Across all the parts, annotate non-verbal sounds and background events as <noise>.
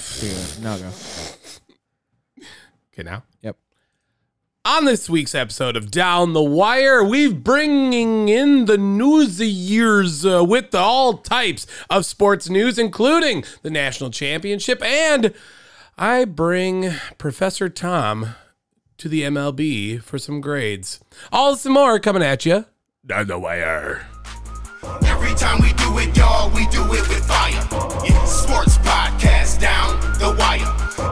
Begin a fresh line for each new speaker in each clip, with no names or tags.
ago. Now ago.
Okay, now.
Yep.
On this week's episode of Down the Wire, we're bringing in the news of years uh, with all types of sports news, including the national championship. And I bring Professor Tom to the MLB for some grades. All this and more coming at you. Down the Wire.
Every time we do it, y'all, we do it with fire. Yeah, sports podcast down the wire.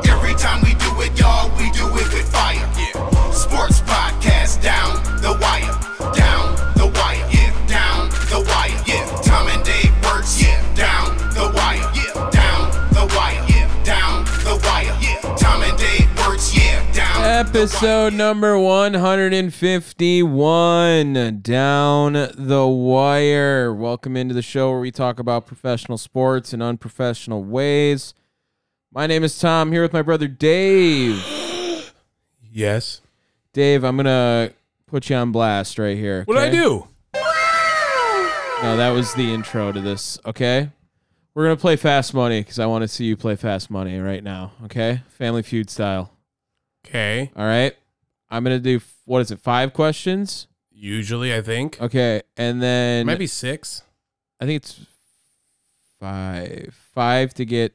Every time we do it, y'all, we do it with fire. Yeah, sports podcast down the wire, down the wire. Yeah, down the wire. Yeah, Tom and Dave works. Yeah, down the wire. Yeah, down the wire. Yeah, down the wire. Yeah, Tom and Dave works. Yeah, down.
Episode number 151 Down the Wire. Welcome into the show where we talk about professional sports in unprofessional ways. My name is Tom, here with my brother Dave.
Yes.
Dave, I'm going to put you on blast right here.
What did I
okay?
do?
No, that was the intro to this, okay? We're going to play Fast Money because I want to see you play Fast Money right now, okay? Family Feud style.
Okay.
All right. I'm going to do, f- what is it, five questions?
Usually, I think.
Okay. And then.
Might be six.
I think it's five. Five to get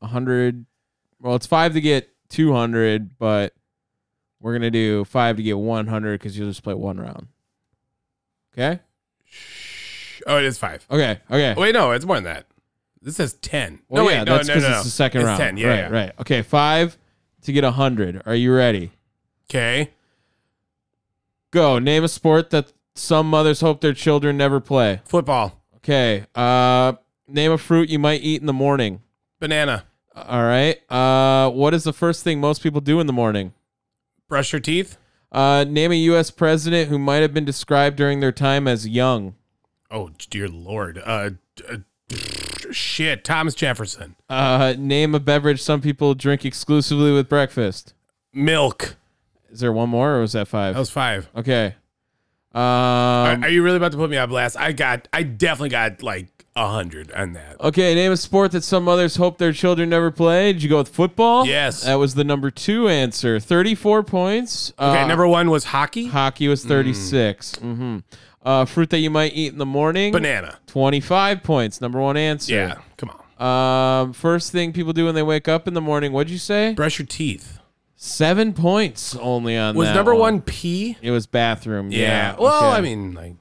a hundred. Well, it's five to get two hundred, but we're gonna do five to get one hundred because you'll just play one round. Okay.
Oh, it is five.
Okay. Okay.
<laughs> Wait, no, it's more than that. This says ten.
Well,
no,
yeah,
wait, no,
that's
no, no, no.
it's the second
It's
round.
ten. Yeah,
right.
yeah.
Right. Okay. Five to get a hundred. Are you ready?
Okay.
Go. Name a sport that some mothers hope their children never play.
Football,
Okay. Uh, name a fruit you might eat in the morning.
banana,
All right. Uh, what is the first thing most people do in the morning?
brush your teeth.
Uh, name a U.S. president who might have been described during their time as young.
Oh dear lord. Uh, d- uh shit. Thomas Jefferson,
Uh, name a beverage some people drink exclusively with breakfast.
milk.
Is there one more, or was that five?
That was five.
okay. Um,
Are- are, you really about to put me on blast? I got. I definitely got like a hundred on that.
okay. Name a sport that some mothers hope their children never play. Did you go with football?
Yes.
That was the number two answer. Thirty-four points.
Okay,
Uh,
number one was hockey.
hockey
Mm.
was thirty-six. Mm-hmm. Uh, fruit that you might eat in the morning.
Banana.
Twenty-five points. Number one answer.
Yeah. Come on.
Um, first thing people do when they wake up in the morning, what'd you say?
Brush your teeth.
Seven points only on
Was
that
number one P?
It was bathroom. Yeah.
Yeah. Well,
okay.
I mean, like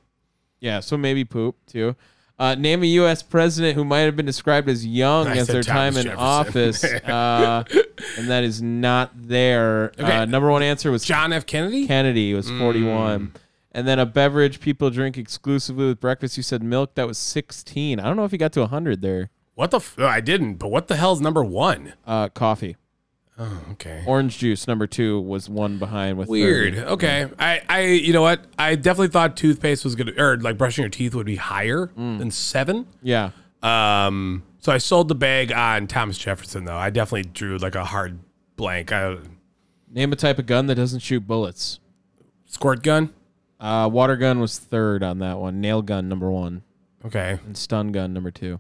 yeah. So maybe poop too. Uh, name a U.S. president who might have been described as young
I
as
said
their time
Thomas
in
Jefferson. <laughs>
office, uh, and that is not there. Uh,
Okay.
number one answer was
John F. Kennedy.
Kennedy was
Mm.
forty-one, and then a beverage people drink exclusively with breakfast. You said milk. That was sixteen. I don't know if you got to hundred there.
What the? F- oh, I didn't. But what the hell's number one?
Uh, coffee.
Okay.
Orange juice number two was one behind with 30.
Weird. Okay. I, I, you know what? I definitely thought toothpaste was gonna, or like brushing your teeth would be higher
Mm.
than seven.
Yeah.
Um. So I sold the bag on Thomas Jefferson, though. I definitely drew like a hard blank. uh, I,
Name a type of gun that doesn't shoot bullets.
squirt gun.
Uh, water gun was third on that one. Nail gun number one,
Okay.
and stun gun number two.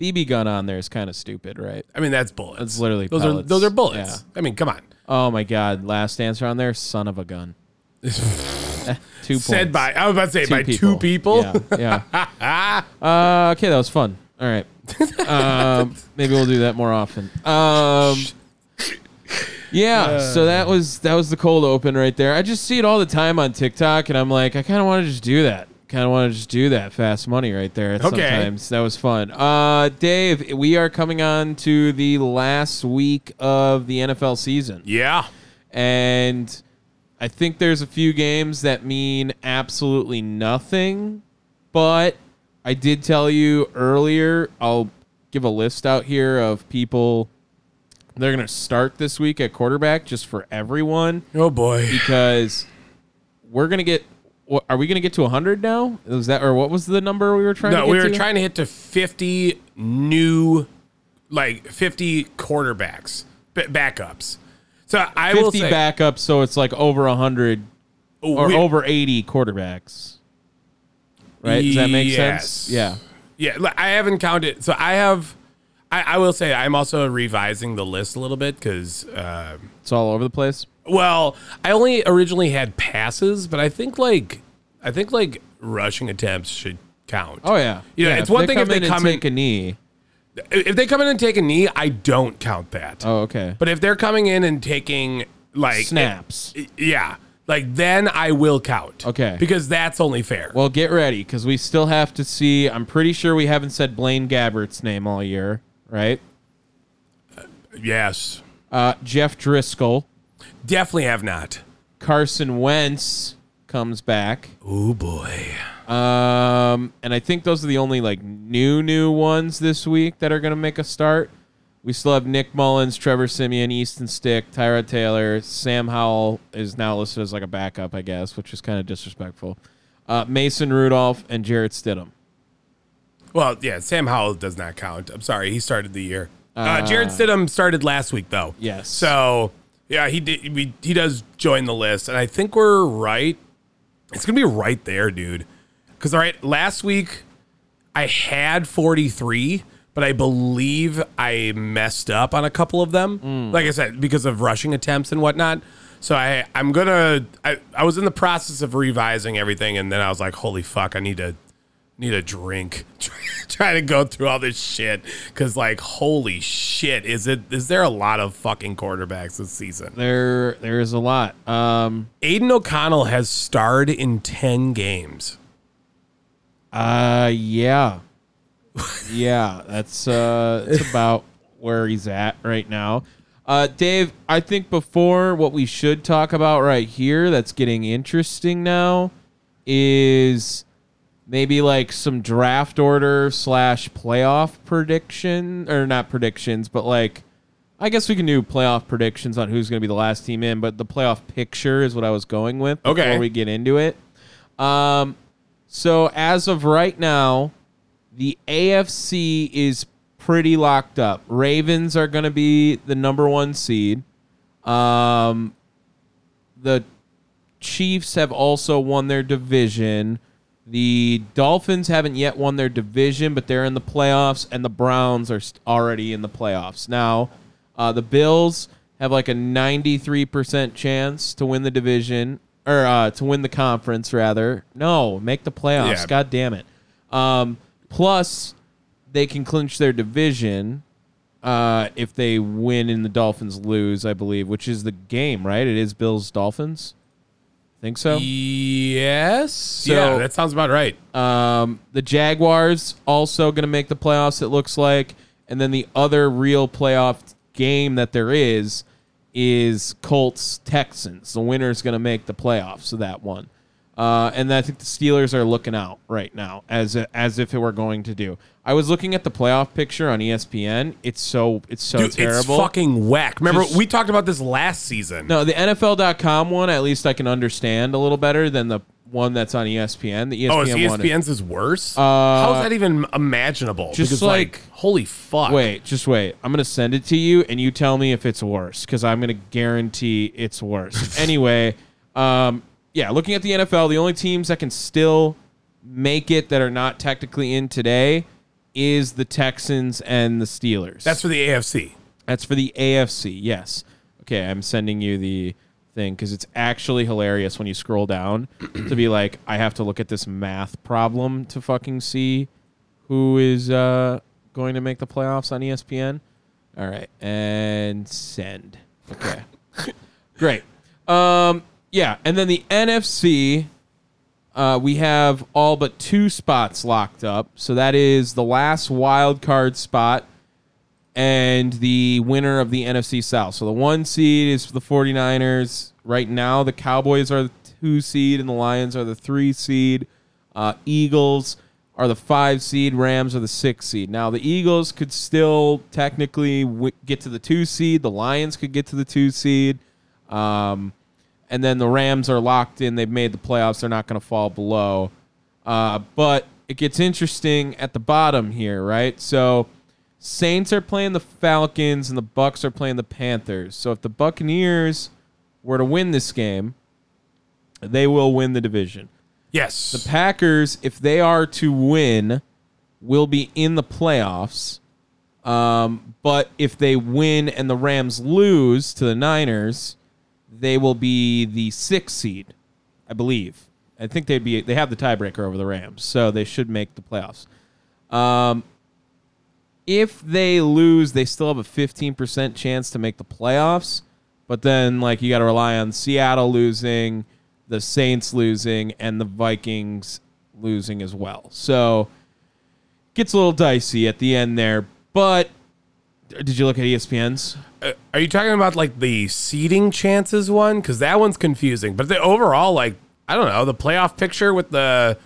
BB gun on there is kind of stupid, right?
I mean that's bullets.
That's literally
those
pellets.
are those are bullets. I mean, come on.
Oh my god! Last answer on there, son of a
<laughs>
gun. <laughs> Two
Said
points.
by I was about to say by two people.
Yeah.
<laughs>
yeah. uh, okay, that was fun. All right. Um, maybe we'll do that more often. Um, yeah. so that was that was the cold open right there. I just see it all the time on TikTok, and I'm like, I kind of want to just do that. Kind of want to just do that fast money right there. Sometimes that was fun. Uh, Dave, we are coming on to the last week of the NFL season
Yeah.
and I think there's a few games that mean absolutely nothing, but I did tell you earlier, I'll give a list out here of people they're going to start this week at quarterback just for
<laughs>
everyone
Oh boy.
because we're going to get what, are we going to get to 100 now? Was that or what was the number we were trying to
No,
get
we were
to?
trying to hit to fifty new, like fifty quarterbacks b- backups. So I will
50
say
backups so it's like over 100 or
we-
over 80 quarterbacks. Right? Does that make sense?
Yes.
Yeah.
Yeah, li- I haven't counted. So I have, I, I will say I'm also revising the list a little bit because, uh,
It's all over the place.
well, I only originally had passes, but I think like I think like rushing attempts should count.
Oh yeah.
Yeah, it's one thing if they
in and
come in-
take a knee.
If they come in and take a knee, I don't count that.
Oh okay.
But if they're coming in and taking like
Snaps.
yeah, like then I will count.
Okay.
because that's only fair.
Well, get ready because we still have to see. I'm pretty sure we haven't said Blaine Gabbert's name all year, right?
yes,
Uh, Jeff Driscoll,
definitely have not.
Carson Wentz comes back,
Oh boy.
um, and I think those are the only like new new ones this week that are going to make a start. We still have Nick Mullins, Trevor Simeon, Easton Stick, Tyra Taylor, Sam Howell is now listed as like a backup, I guess, which is kind of disrespectful. Uh, Mason Rudolph and Jarrett Stidham.
Well, yeah, Sam Howell does not count. I'm sorry, he started the year. Uh,
Ah.
Jared Stidham started last week though.
Yes.
So yeah, he did. We he does join the list, and I think we're right. It's gonna be right there, dude. Because all right, last week I had 43, but I believe I messed up on a couple of them. Like I said, because of rushing attempts and whatnot. So I I'm gonna I, I was in the process of revising everything, and then I was like, holy fuck, I need to need a drink. <laughs> Trying to go through all this shit because, like, holy shit, is it? Is there a lot of fucking quarterbacks this season?
There, there is a lot. Um,
Aiden O'Connell has starred in ten games.
Uh, yeah, yeah. That's uh, that's about where he's at right now. Uh, Dave, I think before what we should talk about right here, that's getting interesting now, is maybe like some draft order slash playoff prediction or not predictions, but like. I guess we can do playoff predictions on who's going to be the last team in, but the playoff picture is what I was going with before
Okay.
we get into it. Um, so as of right now, the AFC is pretty locked up. Ravens are going to be the number one seed. Um, the Chiefs have also won their division. The Dolphins haven't yet won their division, but they're in the playoffs, and the Browns are st- already in the playoffs. Now, uh, the Bills have like a 93% chance to win the division, or uh, to win the conference, rather. No, make the playoffs.
Yeah.
God damn it. Um, plus, they can clinch their division uh, if they win and the Dolphins lose, I believe, which is the game, right? It is Bills Dolphins. Think so.
Yes. yeah, that sounds about right.
Um, the Jaguars also going to make the playoffs. It looks like, and then the other real playoff game that there is is Colts Texans. The winner's going to make the playoffs of that one, uh, and I think the Steelers are looking out right now as as if it were going to do. I was looking at the playoff picture on E ESPN. It's so it's so
Dude, it's
terrible.
fucking whack. Remember,
Just-
we talked about this last season.
No, the NFL.com one, at least I can understand a little better than the one that's on E ESPN. The ESPN,
oh, is
one.
ESPN's is worse? How's that even imaginable?
Uh, just
because,
like-
holy fuck.
Wait, just wait. I'm going to send it to you and you tell me if it's worse because I'm going to guarantee it's worse. anyway, um, yeah, looking at the NFL, the only teams that can still make it that are not technically in today is the Texans and the Steelers.
That's for the AFC.
That's for the AFC. Yes. Okay, I'm sending you the thing because it's actually hilarious when you scroll down to be like, I have to look at this math problem to fucking see who is uh, going to make the playoffs on E ESPN. All right, and send. Okay, <laughs> great. Um, yeah, and then the NFC. Uh, we have all but two spots locked up, so that is the last wild card spot and the winner of the NFC South. So the one seed is the 49ers. Right now, the Cowboys are the two seed and the Lions are the three seed. Uh, Eagles are the five seed. Rams are the six seed. Now, the Eagles could still technically w- get to the two seed. The Lions could get to the two seed. Um, and then the Rams are locked in. They've made the playoffs. They're not going to fall below. Uh, but it gets interesting at the bottom here, right? So Saints are playing the Falcons and the Bucks are playing the Panthers. So if the Buccaneers were to win this game, they will win the division.
Yes.
Packers, if they are to win, will be in the playoffs. Um, but if they win and the Rams lose to the Niners, they will be the sixth seed, I believe. I think they'd be they have the tiebreaker over the Rams, so they should make the playoffs. Um, if they lose, they still have a 15% chance to make the playoffs. But then, like, you got to rely on Seattle losing, the Saints losing, and the Vikings losing as well. So, gets a little dicey at the end there. But did you look at E ESPN's?
Uh, are you talking about like the seeding chances one? Because that one's confusing. But the overall, like, I don't know, the playoff picture with the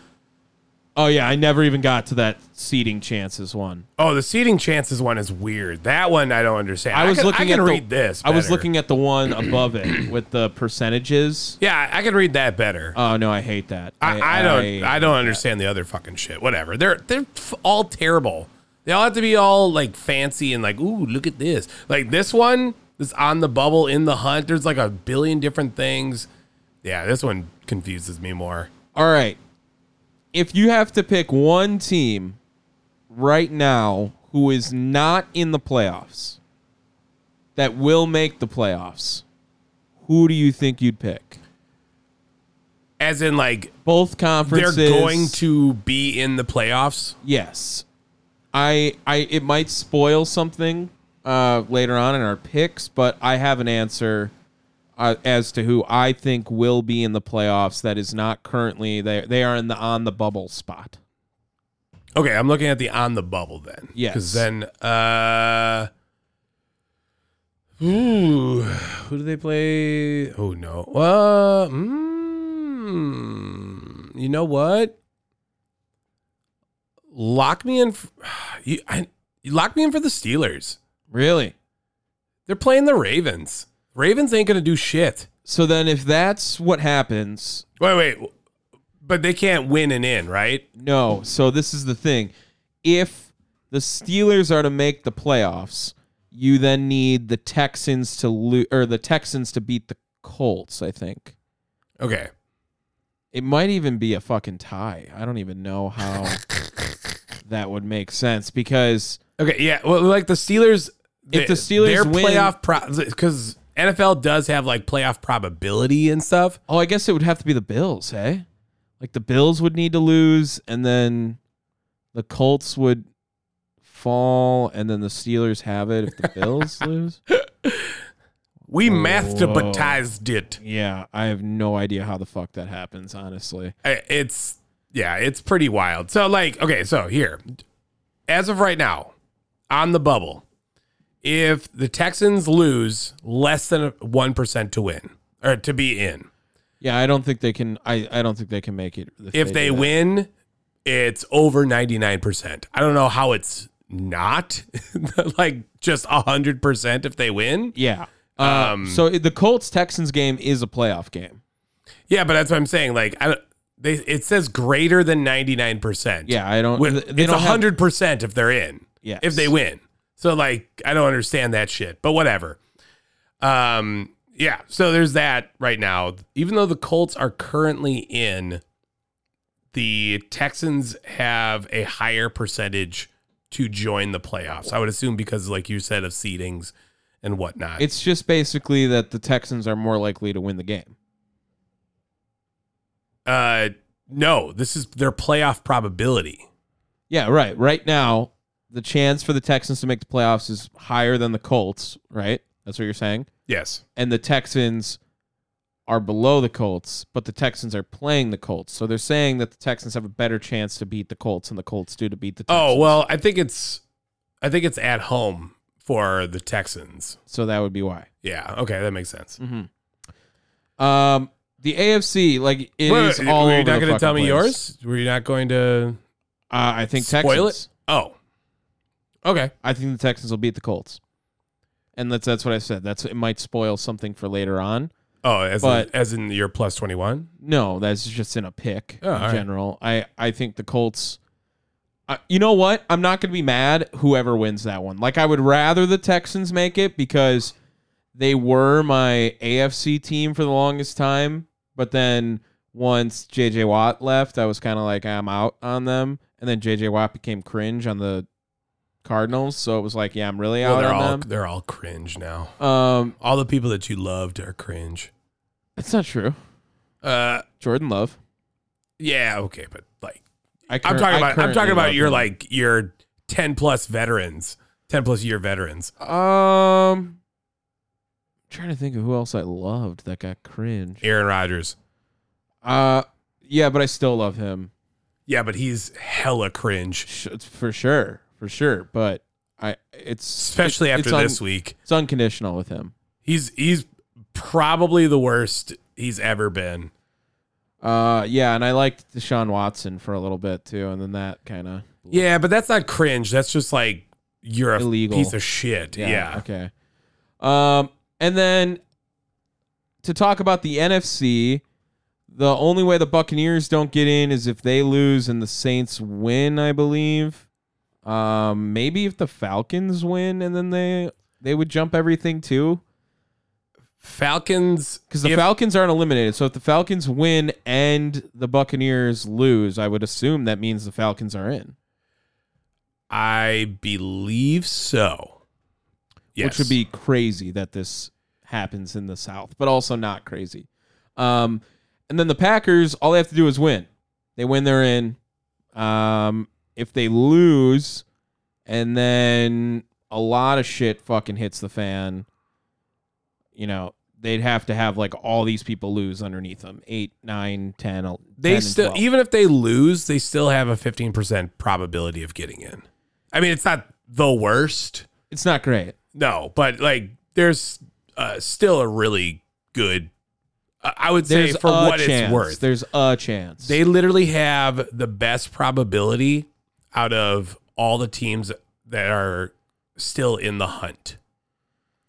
Oh yeah, I never even got to that seeding chances one.
oh, the seeding chances one is weird. That one I don't understand.
I was
can,
looking
I can
at the-
read this.
I was
better.
looking at the one above it with the percentages.
Yeah, I can read that better.
Oh no, I hate that.
I, I don't. I, don't understand the other fucking shit. Whatever. They're they're f- all terrible. They all have to be all like fancy and like, ooh, look at this. Like this one, this on the bubble in the hunt. There's like a billion different things. Yeah, this one confuses me more.
All right. If you have to pick one team right now who is not in the playoffs that will make the playoffs, who do you think you'd pick?
As in, like
Both conferences.
they're going to be in the playoffs.
Yes. I I it might spoil something uh later on in our picks, but I have an answer uh, as to who I think will be in the playoffs that is not currently they they are in the on the bubble spot.
Okay, I'm looking at the on the bubble then.
Yes.
Because then, uh, ooh, who do they play? Oh no. Uh, mm, you know what? Lock me in. F- <sighs> you, I, you lock me in for the Steelers.
Really?
They're playing the Ravens. Ravens ain't gonna do shit.
So then if that's what happens,
Wait, wait. But they can't win and in, right?
no. So this is the thing. If the Steelers are to make the playoffs, you then need the Texans to lose or the Texans to beat the Colts, I think.
Okay.
It might even be a fucking tie. I don't even know how that would make sense because
Okay, yeah. Well, like the Steelers,
If the Steelers
their
win-
playoff because NFL does have like playoff probability and stuff.
oh, I guess it would have to be the Bills, hey? Like the Bills would need to lose and then the Colts would fall and then the Steelers have it if the Bills lose.
We mathematized it.
Yeah, I have no idea how the fuck that happens, honestly.
I- Uh, It's yeah, it's pretty wild. So like, okay, so here, as of right now, on the bubble, if the Texans lose less than one percent to win or to be in,
Yeah, I don't think they can I, I don't think they can make it
if
do
they
that.
win, it's over 99%. I don't know how it's not <laughs> like just 100% if they win.
Yeah. Uh,
Um,
so the Colts Texans game is a playoff game.
Yeah, but that's what I'm saying. Like, I don't, they, it says greater than 99%.
Yeah, I don't.
When-
they
it's
don't have-
100% if they're in,
Yes.
if they win. So, like, I don't understand that shit, but whatever. Um, yeah, so there's that right now. Even though the Colts are currently in, the Texans have a higher percentage to join the playoffs. I would assume because, like you said, of seedings and whatnot.
It's just basically that the Texans are more likely to win the game.
uh, no, this is their playoff probability.
Yeah, right. Right now, the chance for the Texans to make the playoffs is higher than the Colts, right? That's what you're saying.
Yes.
And the Texans are below the Colts, but the Texans are playing the Colts. So they're saying that the Texans have a better chance to beat the Colts and the Colts do to beat the Texans.
Oh well, I think it's, I think it's at home for the Texans.
So that would be why.
Yeah. Okay, that makes sense.
Um the AFC, like it is
Wait, wait,
all
were you
over
not
the
going to tell
fucking
me
place.
yours? Were you not going to
Uh, I think
spoil
Texans.
it? Oh. Okay.
I think the Texans will beat the Colts. And that's that's what I said. That's it might spoil something for later on.
Oh, as
But-
in, as in your plus twenty one.
No, that's just in a pick
Oh, all
in
right.
general. I I think the Colts I you know what? I'm not going to be mad whoever wins that one. Like I would rather the Texans make it because they were my AFC team for the longest time, but then once JJ Watt left, I was kind of like I'm out on them, and then JJ Watt became cringe on the Cardinals, so it was like, yeah, I'm really
Well,
out
they're
on
all
them.
they're all cringe now.
Um,
All the people that you loved are cringe.
that's not true.
Uh,
Jordan Love.
yeah, okay, but like
I
I'm
cur-
talking
I
about I'm
currently
talking
love
about your
him.
like your 10 plus veterans, 10 plus year veterans.
Um, I'm trying to think of who else I loved that got cringe.
Aaron Rodgers.
Uh, yeah, but I still love him
Yeah, but he's hella cringe,
Sh- it's for sure, for sure. But I, it's
especially
it's
after
un-
this week.
It's unconditional with him.
He's he's probably the worst he's ever been.
Uh, yeah, and I liked Deshaun Watson for a little bit too, and then that kind of
Yeah, but that's not cringe. That's just like you're a
Illegal.
piece of shit. Yeah.
okay. Um, and then to talk about the NFC, the only way the Buccaneers don't get in is if they lose and the Saints win, I believe. Um, maybe if the Falcons win and then they they would jump everything too.
Falcons
Because the
if-
Falcons aren't eliminated. So if the Falcons win and the Buccaneers lose, I would assume that means the Falcons are in.
I believe so. Yes.
which would be crazy that this happens in the South, but also not crazy. Um, and then the Packers, all they have to do is win. They win, they're in. Um, if they lose, and then a lot of shit fucking hits the fan, you know, they'd have to have like all these people lose underneath them eight, nine, ten. el- 10
they
and
still
12.
even if they lose, they still have a 15% probability of getting in. I mean, it's not the worst.
it's not great.
No, but like there's uh, still a really good I I would say
There's
for
a
what
chance.
it's worth.
There's a chance.
They literally have the best probability out of all the teams that are still in the hunt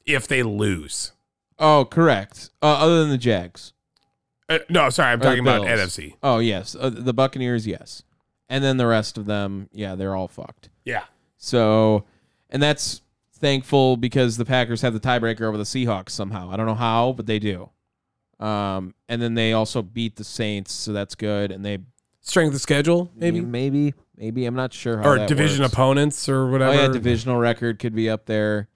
if they lose.
oh, correct. Uh, other than the Jags.
Uh, no, sorry, I'm
Or the
talking about
Bills.
NFC.
Oh yes, uh, the Buccaneers, yes, and then the rest of them, yeah, they're all fucked.
Yeah.
So, and that's thankful because the Packers have the tiebreaker over the Seahawks somehow. I don't know how, but they do. Um, and then they also beat the Saints, so that's good. And they
Strength of schedule, maybe?
maybe, maybe I'm not sure Mm-hmm. how
Or
that
division
works.
opponents or
Oh
whatever.
yeah, divisional record could be up there.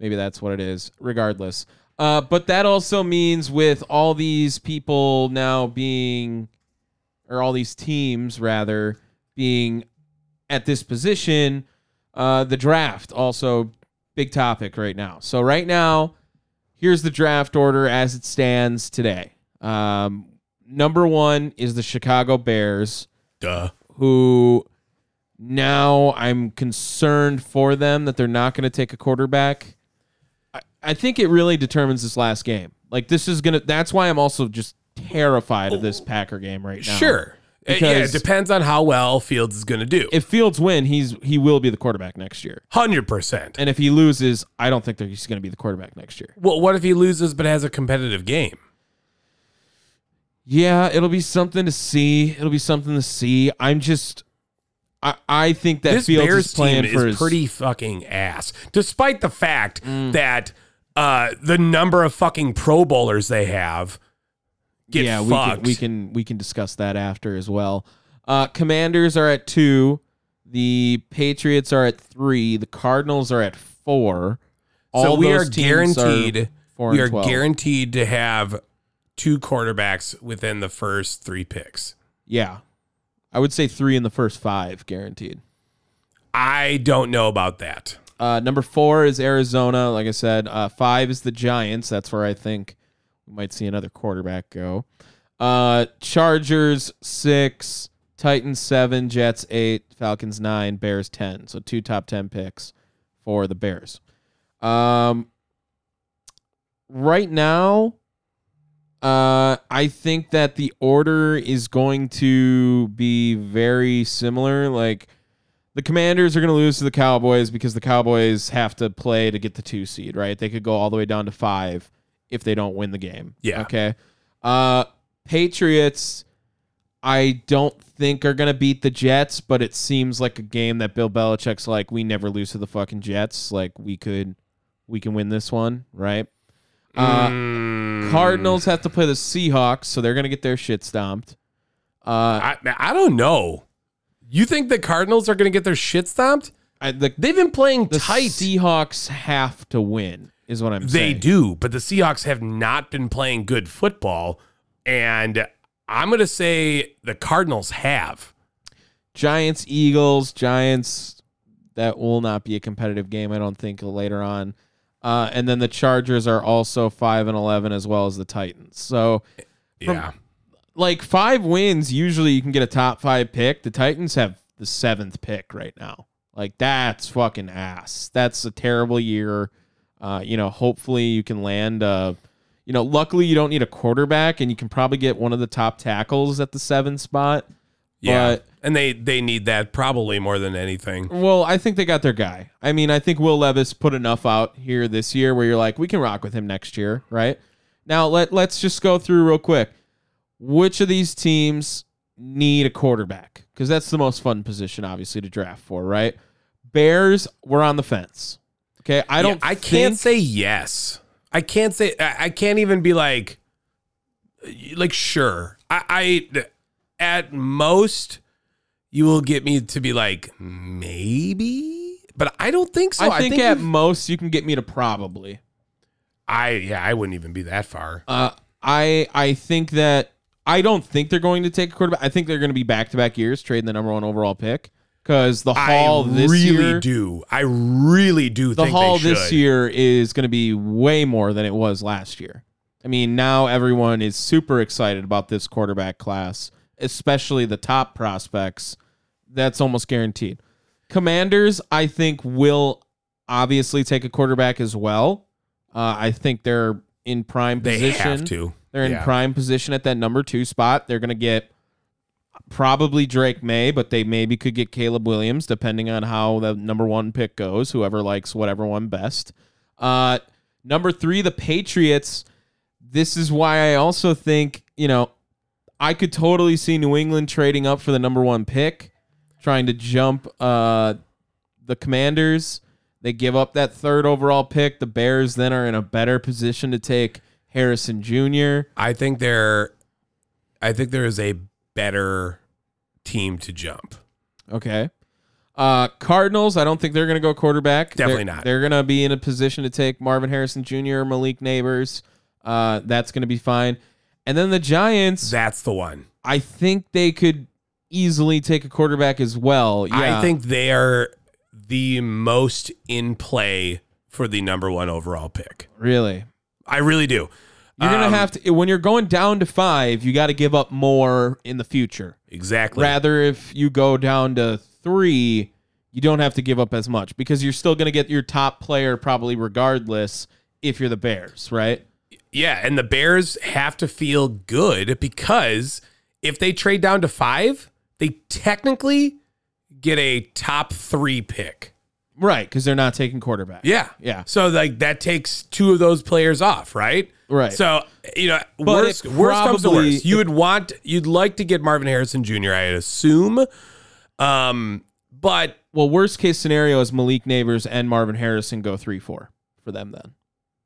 Maybe that's what it is. Regardless, uh, but that also means with all these people now being, or all these teams rather being at this position, uh, the draft also big topic right now. So right now, here's the draft order as it stands today. Um, number one is the Chicago Bears
Duh.
who now I'm concerned for them that they're not going to take a quarterback. I, I think it really determines this last game. Like this is gonna. That's why I'm also just terrified of this Packer game right now.
Sure. Uh, yeah,
Because-
it depends on how well Fields is going to do.
If Fields win, he's he will be the quarterback next year.
100%.
And if he loses, I don't think that he's going to be the quarterback next year.
well, what if he loses but has a competitive game?
Yeah, it'll be something to see. It'll be something to see. I'm just, I, I think that
this
Fields
Bears
is playing
team
for
is
his Mm.
pretty fucking ass, despite the fact that uh, the number of fucking Pro Bowlers they have get
yeah,
fucked.
we can we can we can discuss that after as well. Uh, Commanders are at two. The Patriots are at three. The Cardinals are at four.
so we
those
are
teams are
guaranteed.
four
we
and
are
12.
guaranteed to have two quarterbacks within the first three picks.
Yeah, I would say three in the first five, guaranteed.
I don't know about that.
Uh, number four is Arizona. Like I said, uh, five is the Giants. That's where I think we might see another quarterback go. Uh, Chargers six, Titans seven, Jets eight, Falcons nine, Bears ten. So two top ten picks for the Bears. Um, right now, uh, I think that the order is going to be very similar. Like the Commanders are going to lose to the Cowboys because the Cowboys have to play to get the two seed, right? They could go all the way down to five if they don't win the game.
Yeah.
Okay. Uh, Patriots, I don't think are going to beat the Jets, but it seems like a game that Bill Belichick's like, we never lose to the fucking Jets. Like we could, we can win this one, right? Uh,
Mm,
Cardinals have to play the Seahawks, so they're gonna get their shit stomped. Uh,
I, I don't know. You think the Cardinals are going to get their shit stomped?
I, the,
They've been playing
the
tight.
Seahawks have to win, is what I'm
They
saying.
do, but the Seahawks have not been playing good football. And I'm going to say the Cardinals have.
Giants, Eagles, Giants. That will not be a competitive game, I don't think, later on. Uh, and then the Chargers are also five and eleven, as well as the Titans. So,
Yeah.
like five wins, usually you can get a top five pick. The Titans have the seventh pick right now. Like that's fucking ass. That's a terrible year. Uh, you know, hopefully you can land. Uh, you know, luckily you don't need a quarterback, and you can probably get one of the top tackles at the seven spot.
yeah.
But
and they, they need that probably more than anything.
Well, I think they got their guy. I mean, I think Will Levis put enough out here this year where you're like, we can rock with him next year, right? Now let let's just go through real quick. Which of these teams need a quarterback? Because that's the most fun position, obviously, to draft for, right? Bears were on the fence. Okay, I don't.
Yeah, I
think-
can't say yes. I can't say. I, I can't even be like, like sure. I, I at most you will get me to be like maybe, but I don't think so.
I think, at
you've-
most you can get me to probably.
I yeah I wouldn't even be that far.
Uh, I I think that I don't think they're going to take a quarterback. I think they're going to be back to back years trading the number one overall pick because the haul
I
this
really
year,
do. I really do.
the
think
haul
they
this
should.
year is going to be way more than it was last year. I mean, now everyone is super excited about this quarterback class, especially the top prospects. That's almost guaranteed. Commanders, I think, will obviously take a quarterback as well. Uh, I think they're in prime
They
position.
have to.
They're in
Yeah.
prime position at that number two spot. They're going to get probably Drake May, but they maybe could get Caleb Williams, depending on how the number one pick goes, whoever likes whatever one best. Uh, number three, the Patriots. This is why I also think, you know, I could totally see New England trading up for the number one pick, trying to jump uh, the Commanders. They give up that third overall pick. The Bears then are in a better position to take Harrison Jr.
I think there, I think there is a better team to jump.
Okay. Uh, Cardinals, I don't think they're going to go quarterback.
Definitely
They're-
not.
They're going to be in a position to take Marvin Harrison Jr., Malik Neighbors. Uh, that's going to be fine. And then the Giants,
That's the one.
I think they could easily take a quarterback as well. Yeah.
I think they are the most in play for the number one overall pick.
really.
I really do.
You're going
Um,
to have to, when you're going down to five, you got to give up more in the future.
exactly.
Rather, if you go down to three, you don't have to give up as much because you're still going to get your top player probably regardless if you're the Bears, right?
Yeah, and the Bears have to feel good because if they trade down to five, they technically get a top three pick.
Right, because they're not taking quarterback.
Yeah,
Yeah.
So like that takes two of those players off, right?
Right.
So you know,
But
worst,
it
worst comes to
probably-
worst, you would want you'd like to get Marvin Harrison Jr. I assume, um, but
Well, worst case scenario is Malik Neighbors and Marvin Harrison go three four for them then.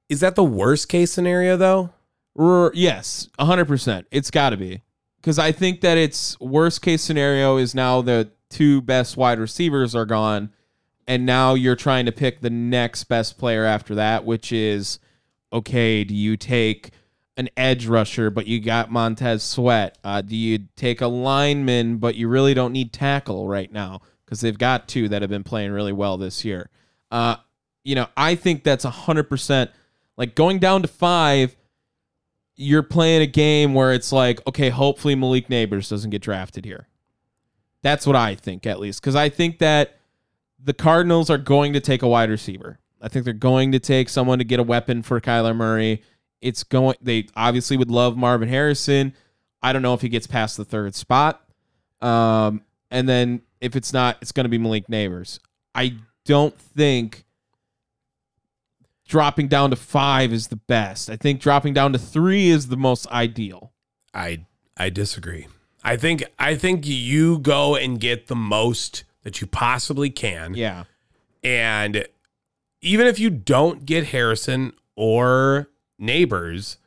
Is that the worst case scenario though?
R- yes, hundred percent. It's got to be because I think that it's worst case scenario is now the two best wide receivers are gone, and now you're trying to pick the next best player after that, which is okay. Do you take an edge rusher, but you got Montez Sweat? Uh, do you take a lineman, but you really don't need tackle right now because they've got two that have been playing really well this year. Uh, you know, I think that's hundred percent. Like going down to five you're playing a game where it's like, okay, hopefully Malik Neighbors doesn't get drafted here. That's what I think, at least, because I think that the Cardinals are going to take a wide receiver. I think they're going to take someone to get a weapon for Kyler Murray. It's going. They obviously would love Marvin Harrison. I don't know if he gets past the third spot. Um, and then if it's not, it's going to be Malik Neighbors. I don't think dropping down to five is the best. I think dropping down to three is the most ideal.
I I disagree. I think I think you go and get the most that you possibly can.
Yeah.
And even if you don't get Harrison or neighbors,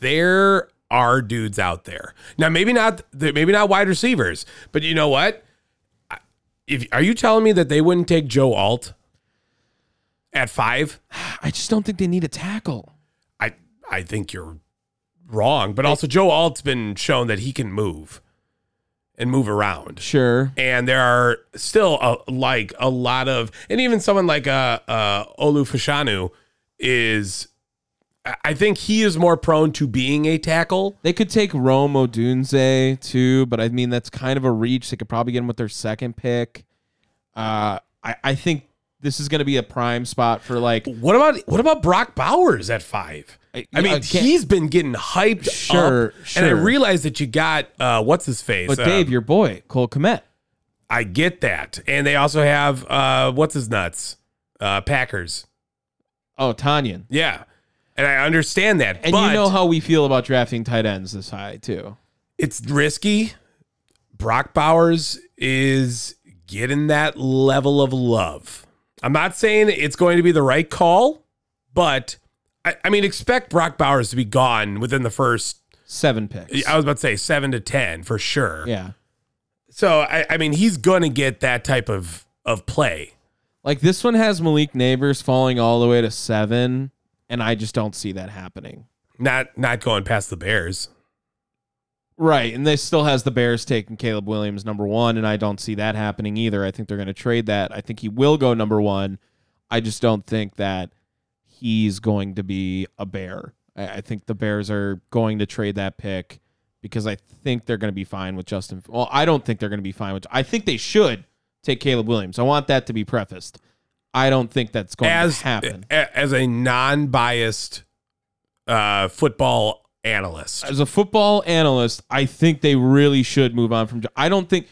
there are dudes out there. Now maybe not maybe not wide receivers, but you know what? I- If are you telling me that they wouldn't take Joe Alt at five?
I just don't think they need a tackle.
I I think you're wrong. But also, Joe Alt's been shown that he can move and move around.
Sure.
and there are still a, like a lot of, and even someone like uh, uh, Olu is, I- I think he is more prone to being a tackle.
They could take Rome Odunze too, but I mean that's kind of a reach. They could probably get him with their second pick. Uh, I, I think this is going to be a prime spot for like
What about what about Brock Bowers at five?
I-
I, mean,
I can't-
he's been getting hyped.
Sure,
up, And I
sure.
realize that you got uh, what's his face.
but
Uh,
Dave, your boy Cole Komet.
I get that, and they also have uh, what's his nuts, uh, Packers.
Oh, Tanyan.
Yeah, and I understand that.
And
but
you know how we feel about drafting tight ends this high too.
it's risky. Brock Bowers is getting that level of love. I'm not saying it's going to be the right call, but I, I mean, expect Brock Bowers to be gone within the first,
Seven picks.
I was about to say seven to 10 for sure.
Yeah.
So, I, I mean, he's going to get that type of, of play.
Like this one has Malik Neighbors falling all the way to seven, and I just don't see that happening.
Not not going past the Bears.
Right, and they still has the Bears taking Caleb Williams number one, and I don't see that happening either. I think they're going to trade that. I think he will go number one. I just don't think that he's going to be a Bear. I, I think the Bears are going to trade that pick because I think they're going to be fine with Justin. Well, I don't think they're going to be fine with. I think they should take Caleb Williams. I want that to be prefaced. I don't think that's going
As
to happen.
a- as a non-biased uh, football analyst.
As a football analyst, I think they really should move on from. I don't think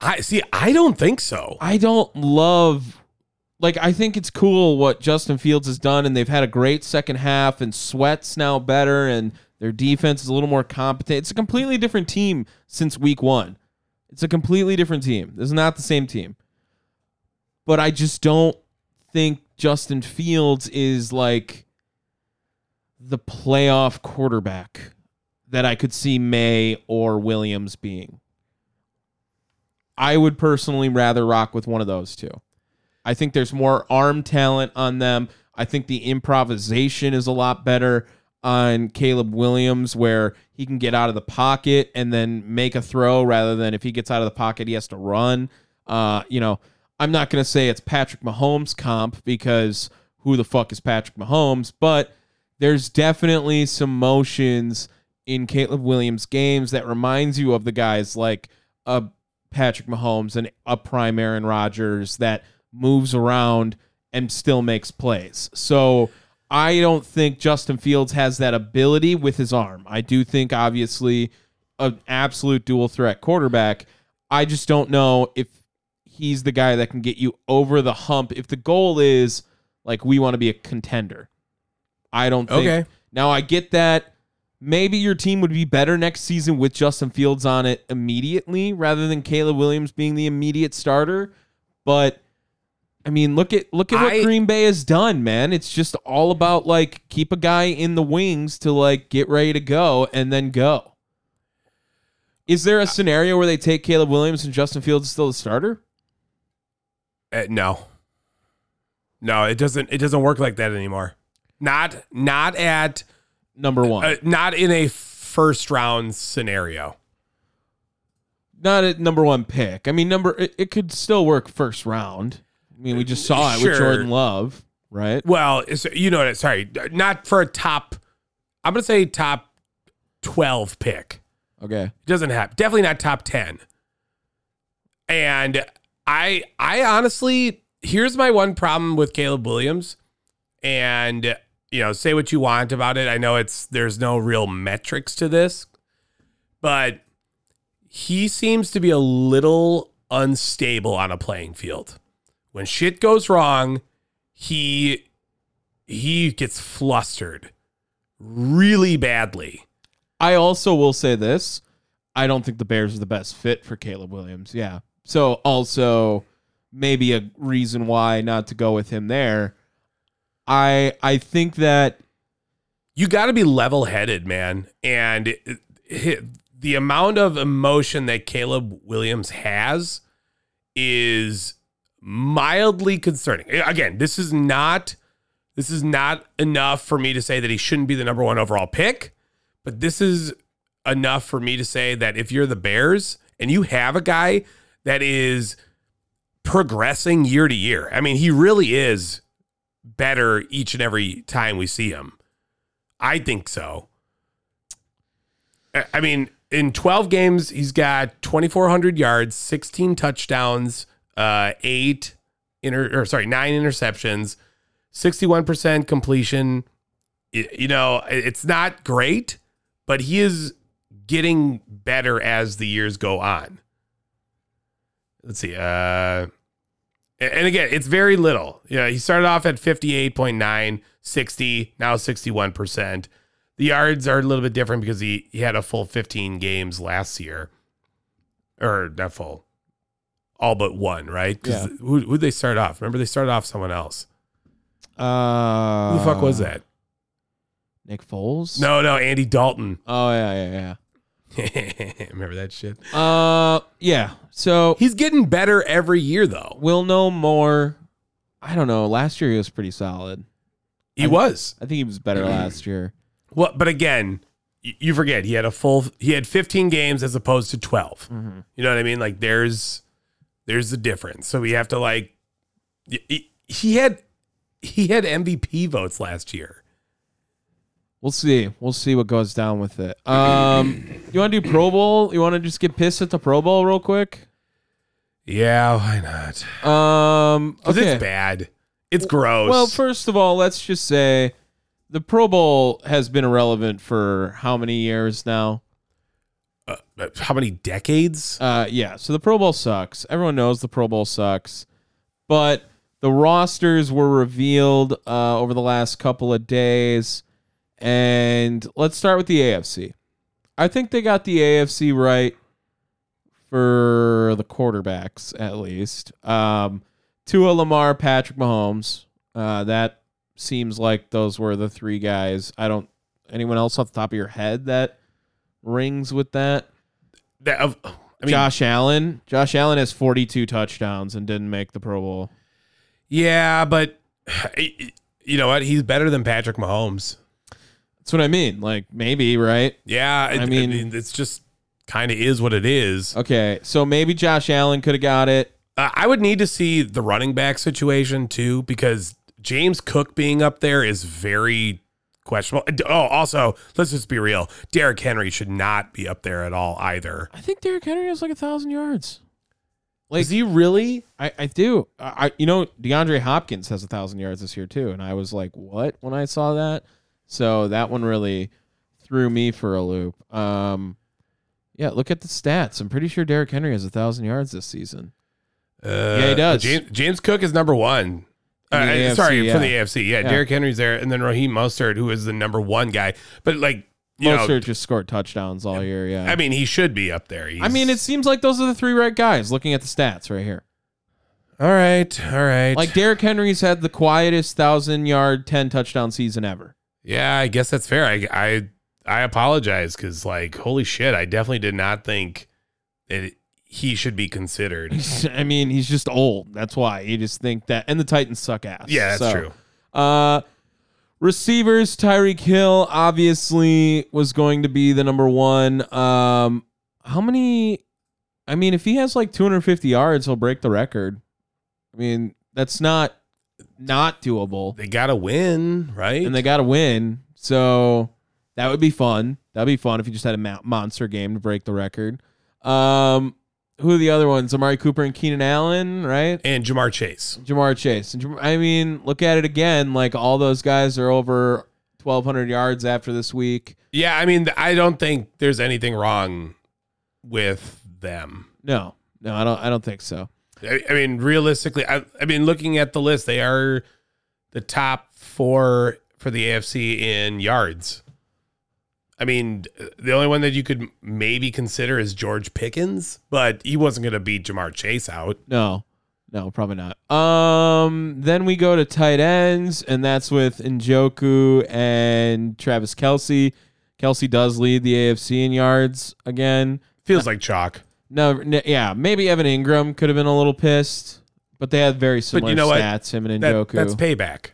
I see I don't think so.
I don't love like I think it's cool what Justin Fields has done and they've had a great second half and sweats now better and their defense is a little more competent. It's a completely different team since week 1. It's a completely different team. This is not the same team. But I just don't think Justin Fields is like the playoff quarterback that I could see May or Williams being. I would personally rather rock with one of those two. I think there's more arm talent on them. I think the improvisation is a lot better on Caleb Williams, where he can get out of the pocket and then make a throw rather than if he gets out of the pocket, he has to run. Uh, you know, I'm not going to say it's Patrick Mahomes comp because who the fuck is Patrick Mahomes, but there's definitely some motions in Caleb Williams games that reminds you of the guys like a Patrick Mahomes and a prime Aaron Rodgers that moves around and still makes plays. So I don't think Justin Fields has that ability with his arm. I do think obviously an absolute dual threat quarterback. I just don't know if he's the guy that can get you over the hump if the goal is like we want to be a contender. I don't think
Okay.
now I get that maybe your team would be better next season with Justin Fields on it immediately rather than Caleb Williams being the immediate starter. But I mean, look at look at what
I-
Green Bay has done, man. It's just all about like keep a guy in the wings to like get ready to go and then go. Is there a scenario where they take Caleb Williams and Justin Fields is still the starter?
Uh, no. No, it doesn't. It doesn't work like that anymore. Not not at
Number one,
uh, not in a first round scenario.
not at number one pick. I mean, number it, it could still work first round. I mean, we just saw it
Sure.
with Jordan Love, right?
Well, it's, you know what? Sorry, not for a top. I'm gonna say top twelve pick.
Okay.
It doesn't happen. Definitely not top ten. And I I honestly here's my one problem with Caleb Williams. And you know, say what you want about it. I know it's there's no real metrics to this, but he seems to be a little unstable on a playing field. When shit goes wrong, he he gets flustered really badly.
I also will say this. I don't think the Bears are the best fit for Caleb Williams. Yeah. So also maybe a reason why not to go with him there. I I think that
you got to be level headed, man. And it- it- the amount of emotion that Caleb Williams has is mildly concerning. Again, this is not this is not enough for me to say that he shouldn't be the number 1 overall pick, but this is enough for me to say that if you're the Bears and you have a guy that is progressing year to year. I mean, he really is better each and every time we see him. I think so. I- I mean, in 12 games, he's got 2,400 yards, 16 touchdowns, uh, eight inter, or sorry, nine interceptions, 61% completion. Y- You know, i- it's not great, but he is getting better as the years go on. Let's see. Uh, and again, it's very little. Yeah, he started off at 58.9, 60, now 61%. The yards are a little bit different because he, he had a full 15 games last year. Or not full. All but one, right? 'Cause
Yeah.
Who who'd they start off? Remember they started off someone else.
Uh,
Who the fuck was that?
Nick Foles?
Um, No, no, Andy Dalton. <laughs>
Oh yeah, yeah,
Remember that shit?
yeah. Uh, yeah. So
He's getting better every year though.
we'll know more. I don't know. Last year he was pretty solid.
He was.
I think he was
<clears throat>
better last year.
Well, but again, y- you forget he had a full he had 15 games as opposed to 12. You know what I mean? Like there's there's the difference. So we have to like y- y- he had he had MVP votes last year.
We'll see. We'll see what goes down with it. Um, you want to do Pro Bowl? You want to just get pissed at the Pro Bowl real quick?
Yeah, why not?
Um,
'Cause
okay.
it's bad. It's gross.
Well, first of all, let's just say the Pro Bowl has been irrelevant for how many years now?
Uh, uh, how many decades?
Uh, yeah. So the Pro Bowl sucks. Everyone knows the Pro Bowl sucks, but the rosters were revealed uh, over the last couple of days, and let's start with the AFC. I think they got the AFC right for the quarterbacks, at least. Um, Tua, Lamar, Patrick Mahomes. Uh, that seems like those were the three guys. I don't. Anyone else off the top of your head that rings with that?
That, of, I mean,
Josh Allen. Josh Allen has 42 touchdowns and didn't make the Pro Bowl.
yeah, but <sighs> you know what? He's better than Patrick Mahomes.
That's what I mean. Like maybe, right?
Yeah, it- I
mean-
mean it's just kind of is what it is.
Okay, so maybe Josh Allen could have got it.
Uh, I would need to see the running back situation too, because James Cook being up there is very questionable. And- Oh, also, let's just be real. Derrick Henry should not be up there at all either.
I think Derrick Henry has like a thousand yards. Like-
is he really?
I, I do. I I- you know DeAndre Hopkins has a thousand yards this year too, and I was like, what when I saw that. So that one really threw me for a loop. Um, yeah, look at the stats. I'm pretty sure Derrick Henry has a thousand yards this season.
Uh,
Yeah, he does.
James, James Cook is number one. Uh,
In the AFC,
sorry
yeah.
for the AFC. Yeah,
Yeah.
Derrick Henry's there, and then Raheem Mostert, who is the number one guy. But like, you
Mostert
know,
just scored touchdowns all year. Yeah,
I mean, he should be up there.
I mean, it seems like those are the three right guys. Looking at the stats right here.
all right, all right.
Like Derrick Henry's had the quietest thousand yard, ten touchdown season ever. <laughs>
Yeah, I guess that's fair. I I, I apologize because like holy shit, I definitely did not think that he should be considered.
I mean, he's just old. That's why you just think that. And the Titans suck ass.
Yeah, that's
So,
true.
Uh, receivers, Tyreek Hill obviously was going to be the number one. Um, how many? I mean, if he has like 250 yards, he'll break the record. I mean, that's not not doable.
They gotta win, right?
and they got to win. So that would be fun. That'd be fun if you just had a mo- monster game to break the record. Um, who are the other ones? Amari Cooper and Keenan Allen, right?
and Jamar Chase.
Jamar Chase. And Jam- I mean, look at it again. Like all those guys are over 1,200 yards after this week.
Yeah, I mean, I don't think there's anything wrong with them.
No, no, I don't. I don't think so.
I, I mean, realistically, I, I mean, looking at the list, they are the top four for the AFC in yards. I mean, the only one that you could maybe consider is George Pickens, but he wasn't going to beat Jamar Chase out.
No, no, probably not. Um, then we go to tight ends, and that's with Njoku and Travis Kelsey. Kelsey does lead the AFC in yards again. <laughs>
Feels like chalk.
No, n- yeah, maybe Evan Ingram could have been a little pissed, but they had very similar
you know what?
stats. Him and
That-
Njoku.
that's payback.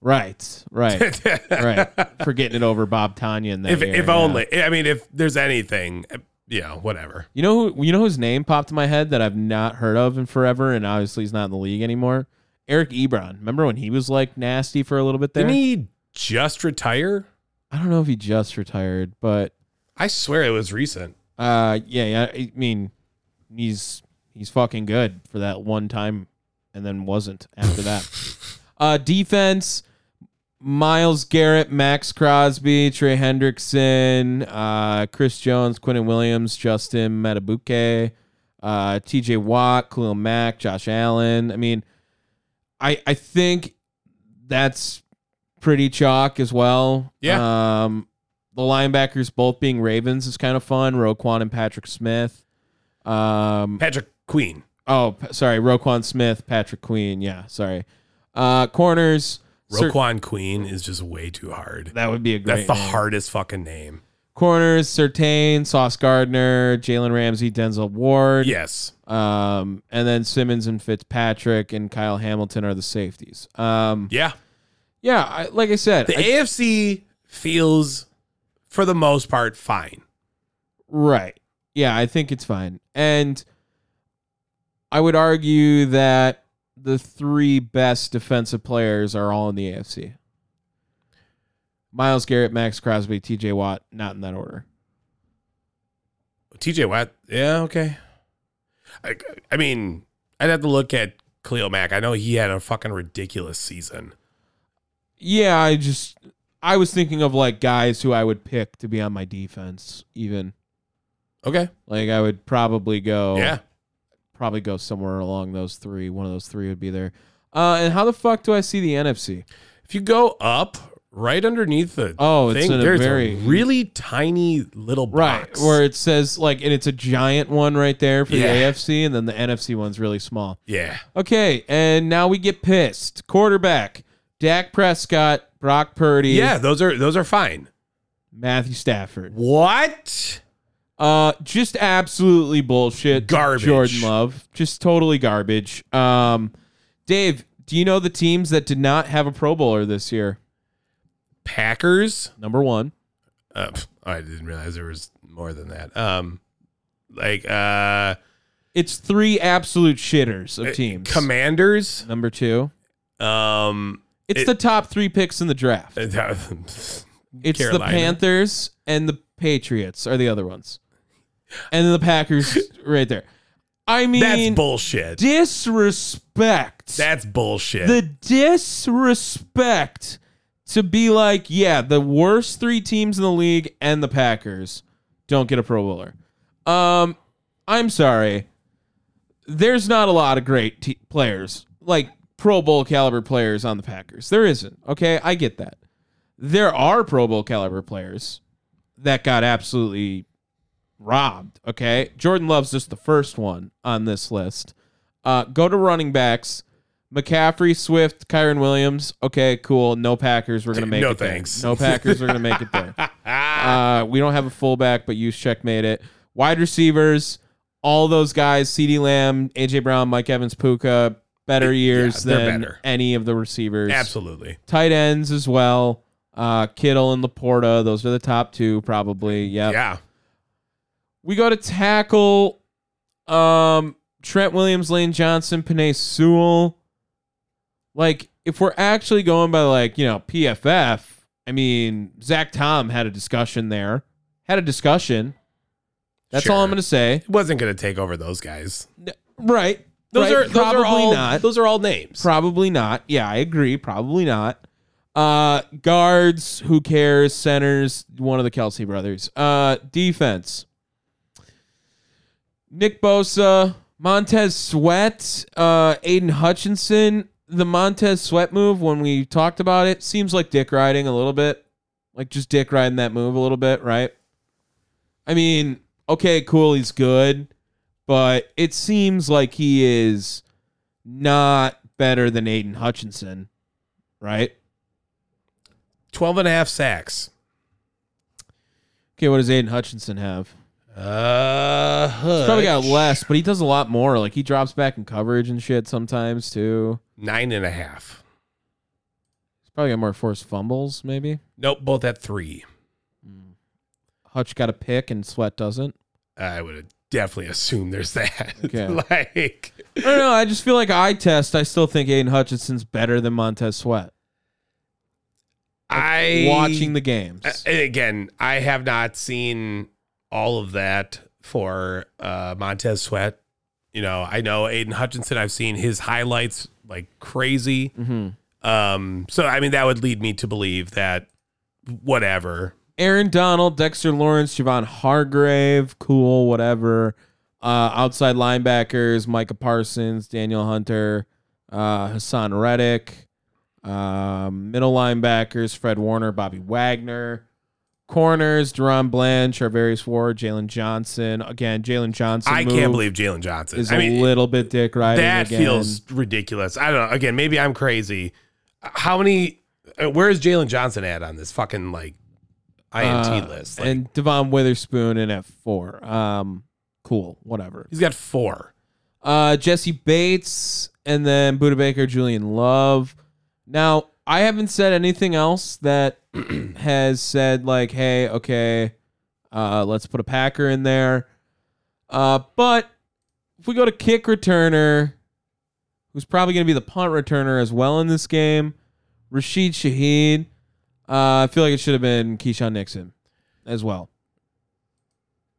right, right, <laughs> right. For getting it over Bob Tanya in that
<laughs> If
year,
if
yeah.
only. I mean, if there's anything, eh, you know, whatever.
You know who? You know whose name popped in my head that I've not heard of in forever, and obviously he's not in the league anymore. Eric Ebron. Remember when he was like nasty for a little bit there?
Didn't he just retire?
I don't know if he just retired, but
I swear it was recent.
uh, yeah, yeah. I mean, he's he's fucking good for that one time, and then wasn't after that. uh, defense: Miles Garrett, Max Crosby, Trey Hendrickson, uh, Chris Jones, Quinton Williams, Justin Matabuke, uh, T.J. Watt, Khalil Mack, Josh Allen. I mean, I I think that's pretty chalk as well.
Yeah.
Um, the linebackers both being Ravens is kind of fun. Roquan and Patrick Smith. Um,
Patrick Queen.
oh, p- sorry, Roquan Smith, Patrick Queen. Yeah, sorry. Uh, corners. cer-
Roquan Queen is just way too hard.
that would be a great.
That's the
name.
hardest fucking name.
Corners: Sertain, Sauce Gardner, Jalen Ramsey, Denzel Ward.
Yes.
Um, and then Simmons and Fitzpatrick and Kyle Hamilton are the safeties. Um,
Yeah.
yeah, I, like I said,
The
I-
AFC feels, for the most part, fine.
Right. Yeah, I think it's fine. And I would argue that the three best defensive players are all in the AFC. Miles Garrett, Max Crosby, TJ Watt, not in that order.
TJ Watt. Yeah. Okay. I, I mean, I'd have to look at Cleo Mack. I know he had a fucking ridiculous season.
Yeah, I just I was thinking of like guys who I would pick to be on my defense even.
Okay.
Like I would probably go
Yeah.
probably go somewhere along those three. One of those three would be there. Uh, and how the fuck do I see the NFC?
If you go up right underneath the
Oh, it's in a
there's
very-
a really tiny little
Right,
box.
where it says like, and it's a giant one right there for
Yeah.
the AFC, and then the NFC one's really small.
yeah.
Okay, and now we get pissed. Quarterback: Dak Prescott, Brock Purdy,
Yeah, those are those are fine.
Matthew Stafford.
What?
Uh, just absolutely bullshit.
Garbage.
Jordan Love, just totally garbage. Um, Dave, do you know the teams that did not have a Pro Bowler this year?
Packers?
Number one,
Uh, pff, I didn't realize there was more than that. Um like uh
it's three absolute shitters of teams.
Commanders?
Number two,
Um <laughs>
it's
It-
the top three picks in the draft. It's
Carolina.
the Panthers and the Patriots are the other ones. And then the
<laughs>
Packers right there. I
That's
mean
bullshit.
disrespect.
That's bullshit.
the disrespect to be like, yeah, the worst three teams in the league and the Packers don't get a Pro Bowler. Um, I'm sorry. There's not a lot of great te- players, like Pro Bowl caliber players on the Packers. There isn't. Okay, I get that. There are Pro Bowl caliber players that got absolutely robbed. Okay, Jordan Love's just the first one on this list. Uh, go to running backs. McCaffrey, Swift, Kyron Williams. Okay, cool. No Packers.
<laughs>
We're gonna make
No
it. there.
thanks.
No Packers. We're gonna make it
<laughs>
there.
Ah,
Uh, we don't have a fullback, but you checkmate it. Wide receivers, all those guys: C.D. Lamb, AJ Brown, Mike Evans, Puka. Better years
they're
than
better.
any of the receivers.
Absolutely.
Tight ends as well. Uh, Kittle and Laporta. Those are the top two, probably. Yep.
Yeah.
We go to tackle um Trent Williams, Lane Johnson, Panay Sewell. Like, if we're actually going by like, you know, PFF, I mean, Zach Tom had a discussion there. Had a discussion. That's all
Sure.
I'm gonna say.
Wasn't gonna take over those guys.
Right.
Those
Right,
are those
probably
are all
not.
those are all names.
Probably not. Yeah, I agree. Probably not. Uh, guards, who cares? Centers, one of the Kelsey brothers. Uh, defense. Nick Bosa, Montez Sweat, uh, Aiden Hutchinson. The Montez Sweat move, when we talked about it, seems like dick riding a little bit. Like just dick riding that move a little bit, right? I mean, okay, cool, he's good, but it seems like he is not better than Aiden Hutchinson, right?
12 and a half sacks.
Okay, what does Aiden Hutchinson have?
Uh, Hutch.
Probably got less, but he does a lot more. Like he drops back in coverage and shit sometimes too.
nine and a half.
He's probably got more forced fumbles, maybe.
Nope, both at three.
Hutch got a pick and Sweat doesn't.
I would definitely assume there's that. <laughs>
Okay.
like,
I don't know. I just feel like eye test. I still think Aiden Hutchinson's better than Montez Sweat.
I
Watching the games,
Uh, and again, I have not seen all of that for uh, Montez Sweat. You know, I know Aiden Hutchinson. I've seen his highlights like crazy.
Mm-hmm.
Um, so I mean, that would lead me to believe that whatever.
Aaron Donald, Dexter Lawrence, Javon Hargrave, cool, whatever. Uh, outside linebackers, Micah Parsons, Daniel Hunter, uh, Hassan Reddick. Um, middle linebackers, Fred Warner, Bobby Wagner. Corners, Deron Bland, Charvarius Ward, Jalen Johnson. Again, Jalen Johnson.
I can't
move
believe Jalen Johnson.
is
I
a
mean,
little bit dick riding.
that
again.
feels ridiculous. I don't know. Again, maybe I'm crazy. How many? uh, Where is Jalen Johnson at on this fucking like INT
Uh,
list? Like,
and Devon Witherspoon in at four. Um, cool, whatever.
he's got four.
uh, Jesse Bates, and then Buda Baker, Julian Love. Now, I haven't said anything else that <clears throat> has said like, "Hey, okay, uh, let's put a Packer in there." Uh, but if we go to kick returner, who's probably going to be the punt returner as well in this game, Rashid Shaheed. Uh, I feel like it should have been Keyshawn Nixon as well.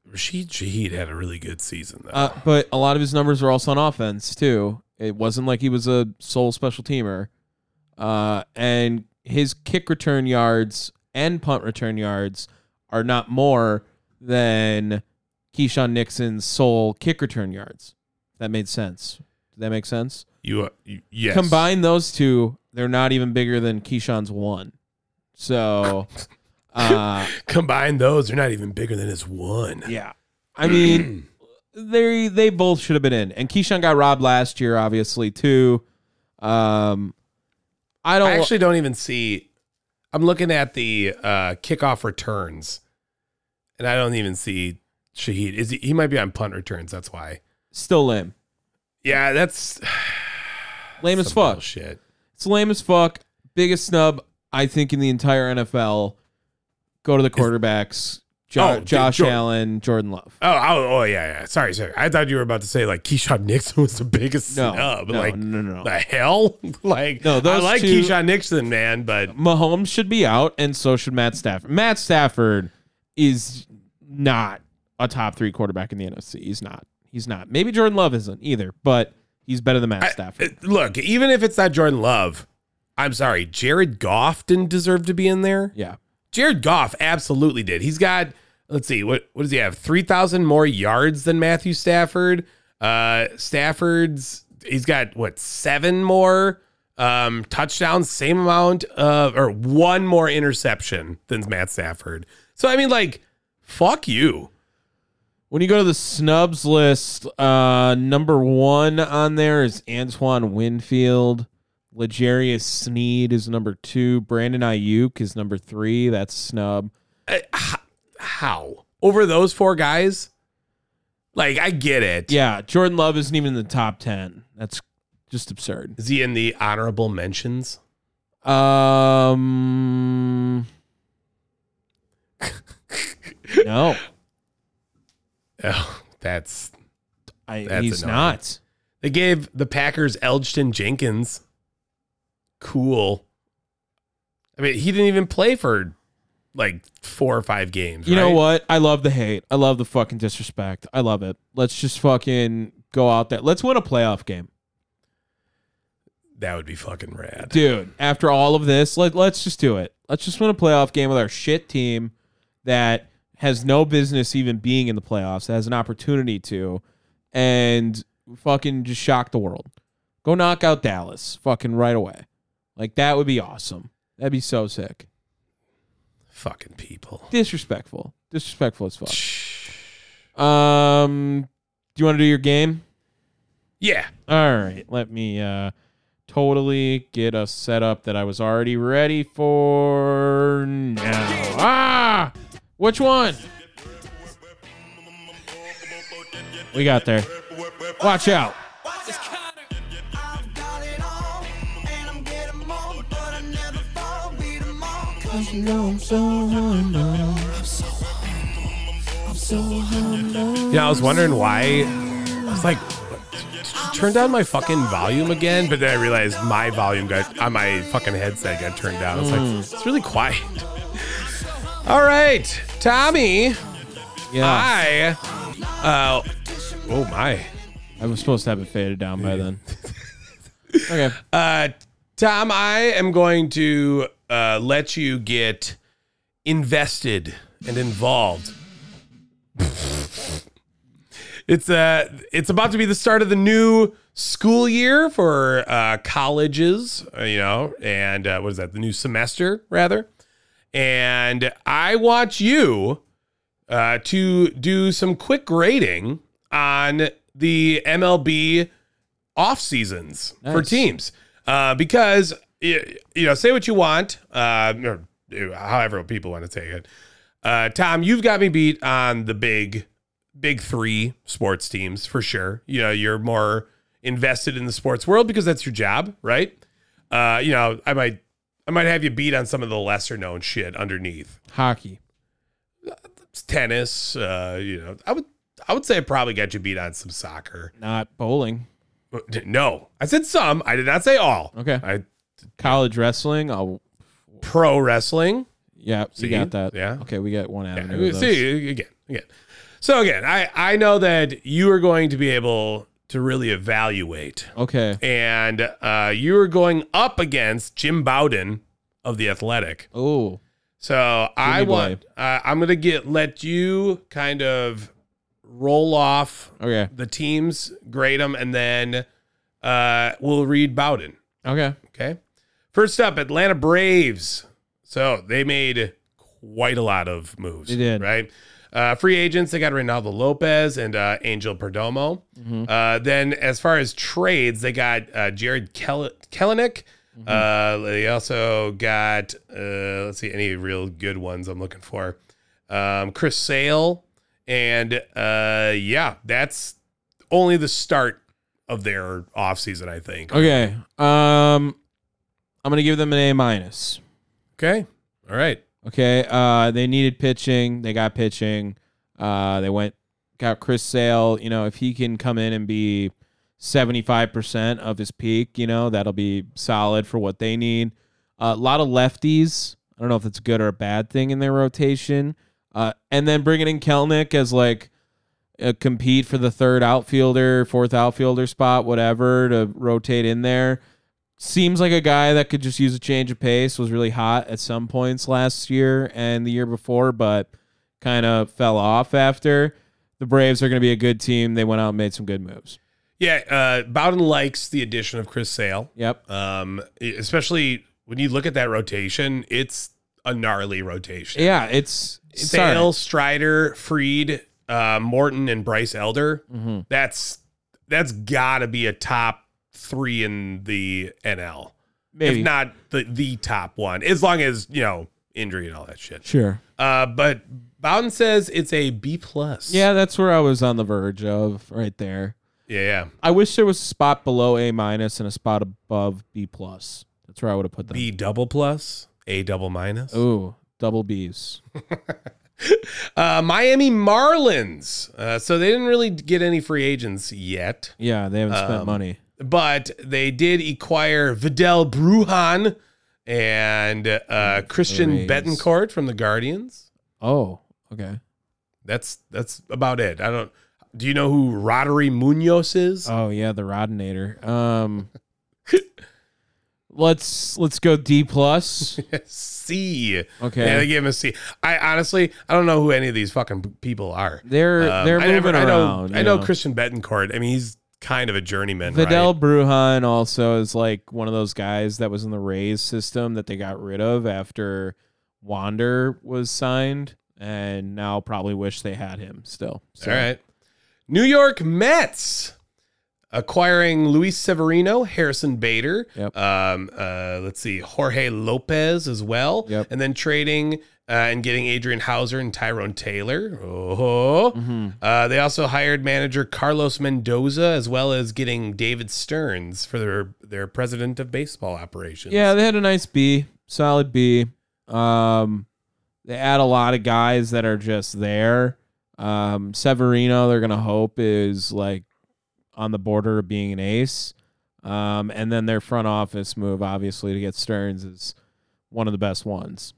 Rashid Shaheed had a really good season though.
Uh, but a lot of his numbers were also on offense too. It wasn't like he was a sole special teamer. Uh, and his kick return yards and punt return yards are not more than Keyshawn Nixon's sole kick return yards. That made sense. Did that make sense?
You, uh, you yes.
Combine those two, they're not even bigger than Keyshawn's one. So, uh,
combine those. They're not even bigger than his one.
Yeah. I mean, <clears throat> they they both should have been in. And Keyshawn got robbed last year, obviously, too. Um I don't
I actually don't even see. I'm looking at the uh, kickoff returns, and I don't even see Shahid. Is he, he might be on punt returns? That's why.
still lame.
Yeah, that's
Lame as
some
fuck.
bullshit.
It's lame as fuck. Biggest snub, I think, in the entire NFL. Go to the quarterbacks. Jo-
Oh, dude,
Josh
Jordan.
Allen, Jordan Love.
Oh, oh, oh, yeah, yeah. Sorry, sorry. I thought you were about to say like Keyshawn Nixon was the biggest
No,
snub.
no,
like
no, no, no.
the hell? <laughs> like
No,
I
those
like
two-
Keyshawn Nixon, man, but
Mahomes should be out, and so should Matt Stafford. Matt Stafford is not a top three quarterback in the NFC. He's not. He's not. Maybe Jordan Love isn't either, but he's better than Matt
I-
Stafford.
uh, look, even if it's not Jordan Love, I'm sorry, Jared Goff didn't deserve to be in there.
yeah.
Jared Goff absolutely did. He's got let's see, what what does he have? Three thousand more yards than Matthew Stafford. Uh, Stafford's he's got what seven more um, touchdowns, same amount of or one more interception than Matt Stafford. So I mean, like, fuck you.
When you go to the snubs list, uh, number one on there is Antoine Winfield. Legarius Sneed is number two. Brandon Ayuk is number three. That's snub.
Uh, How over those four guys? Like, I get it.
Yeah, Jordan Love isn't even in the top ten. That's just absurd.
Is he in the honorable mentions?
Um. <laughs> no,
Oh, that's
I,
That's
he's
annoying.
not.
they gave the Packers Elgton Jenkins. Cool. I mean, he didn't even play for like four or five games.
You know
right?
what? I love the hate. I love the fucking disrespect. I love it. Let's just fucking go out there. Let's win a playoff game,
That would be fucking rad.
dude. After all of this, let let's just do it. Let's just win a playoff game with our shit team that has no business even being in the playoffs. That has an opportunity to, and fucking just shock the world. Go knock out Dallas, fucking right away. Like that would be awesome. That'd be so sick.
Fucking people.
Disrespectful. Disrespectful as fuck. Um, do you want to do your game?
Yeah.
All right, let me uh totally get a setup that I was already ready for now. Ah, which one? We got there. Watch out.
I've got it all, and I'm getting more, but I never fall, beat 'em all, 'cause you know I'm so humble. I'm so humble. I'm so humble.
Yeah, I was wondering why. I was like, turn down my fucking volume again, but then I realized my volume got on my fucking headset got turned down. I was like,
Hmm.
it's really quiet. <laughs> All right, Tommy,
Yeah.
I. Uh, oh my,
I was supposed to have it faded down by
<laughs>
then. okay.
uh, Tom, I am going to uh, let you get invested and involved. <laughs> It's uh, it's about to be the start of the new school year for uh, colleges, uh, you know, and uh, what is that? The new semester, rather. And I want you uh, to do some quick grading on the MLB off seasons for
Nice.
teams uh, because y- you know, say what you want, uh, or uh, however people want to take it. Uh, Tom, you've got me beat on the big big three sports teams for sure. You know, you're more invested in the sports world because that's your job, right? Uh, you know, I might I might have you beat on some of the lesser known shit underneath.
Hockey.
It's tennis, uh, you know, I would I would say I probably got you beat on some soccer.
Not bowling.
But No, I said some. I did not say all.
Okay.
I
College wrestling. Oh,
pro wrestling.
yeah.
See?
You got that.
Yeah.
Okay. We got one avenue.
Yeah,
of those.
see again, again. So again, I I know that you are going to be able to really evaluate
Okay.
and uh, you were going up against Jim Bowden of the Athletic.
Oh,
So I
Jimmy boy.
want uh, I'm gonna get let you kind of roll off
okay.
the teams, grade them, and then uh, we'll read Bowden.
Okay.
Okay. First up, Atlanta Braves. So they made quite a lot of moves.
They did.
Right. Uh, free agents, they got Reynaldo Lopez and uh, Angel Perdomo.
Mm-hmm.
Uh, then, as far as trades, they got uh, Jared Kel- Kellenick.
Mm-hmm.
Uh, they also got, uh, let's see, any real good ones I'm looking for. Um, Chris Sale. And uh, yeah, that's only the start of their offseason, I think.
Okay. Um, I'm gonna give them an A minus.
Okay. All right.
Okay. Uh, they needed pitching. They got pitching. Uh, they went got Chris Sale. You know, if he can come in and be 75% of his peak, you know, that'll be solid for what they need. A lot of lefties. I don't know if it's a good or a bad thing in their rotation. Uh, and then bringing in Kelnick as like uh, compete for the third outfielder, fourth outfielder spot, whatever, to rotate in there. Seems like a guy that could just use a change of pace. Was really hot at some points last year and the year before, but kind of fell off after. The Braves are going to be a good team. They went out and made some good moves.
Yeah, uh, Bowden likes the addition of Chris Sale,
Yep.
um, especially when you look at that rotation. It's a gnarly rotation.
Yeah, it's, it's
Sale,
all right.
Strider, Freed, uh, Morton, and Bryce Elder.
Mm-hmm.
That's that's got to be a top three in the NL,
Maybe
if not the the top one, as long as you know injury and all that shit.
sure.
Uh, but Bowden says it's a B plus.
Yeah, that's where I was on the verge of right there.
yeah, yeah.
I wish there was a spot below A minus and a spot above B plus. That's where I would have put them.
B double plus, A double minus.
Ooh, double B's.
Uh, Miami Marlins. Uh, so they didn't really get any free agents yet,
Yeah, they haven't spent
Um,
money.
but they did acquire Vidal Bruhan and uh,
Hmm,
Christian
Rays.
Betancourt from the Guardians.
Oh, okay.
That's that's about it. I don't. Do you know who Rodri Munoz is?
Oh yeah, the Rodinator. Um, let's let's go D
<laughs>
plus.
<laughs> C.
Okay,
Yeah, they gave him a C. I honestly, I don't know who any of these fucking people are.
they're
Um,
they're
I never-
moving
I know,
around.
I
you
know, Christian Betancourt. I mean, he's kind of a journeyman. right?
Vidal Bruhan also is like one of those guys that was in the Rays system that they got rid of after Wander was signed, and now probably wish they had him still. So,
All right. New York Mets acquiring Luis Severino, Harrison Bader.
Yep.
Um, uh, let's see, Jorge Lopez as well.
Yep.
And then trading uh, and getting Adrian Hauser and Tyrone Taylor. Oh,
Mm-hmm. Hmm.
uh, they also hired manager Carlos Mendoza as well as getting David Stearns for their their president of baseball operations.
Yeah, they had a nice B, solid B. Um, they add a lot of guys that are just there. Um, Severino, they're gonna hope is like on the border of being an ace. Um, and then their front office move, obviously, to get Stearns is one of the best ones.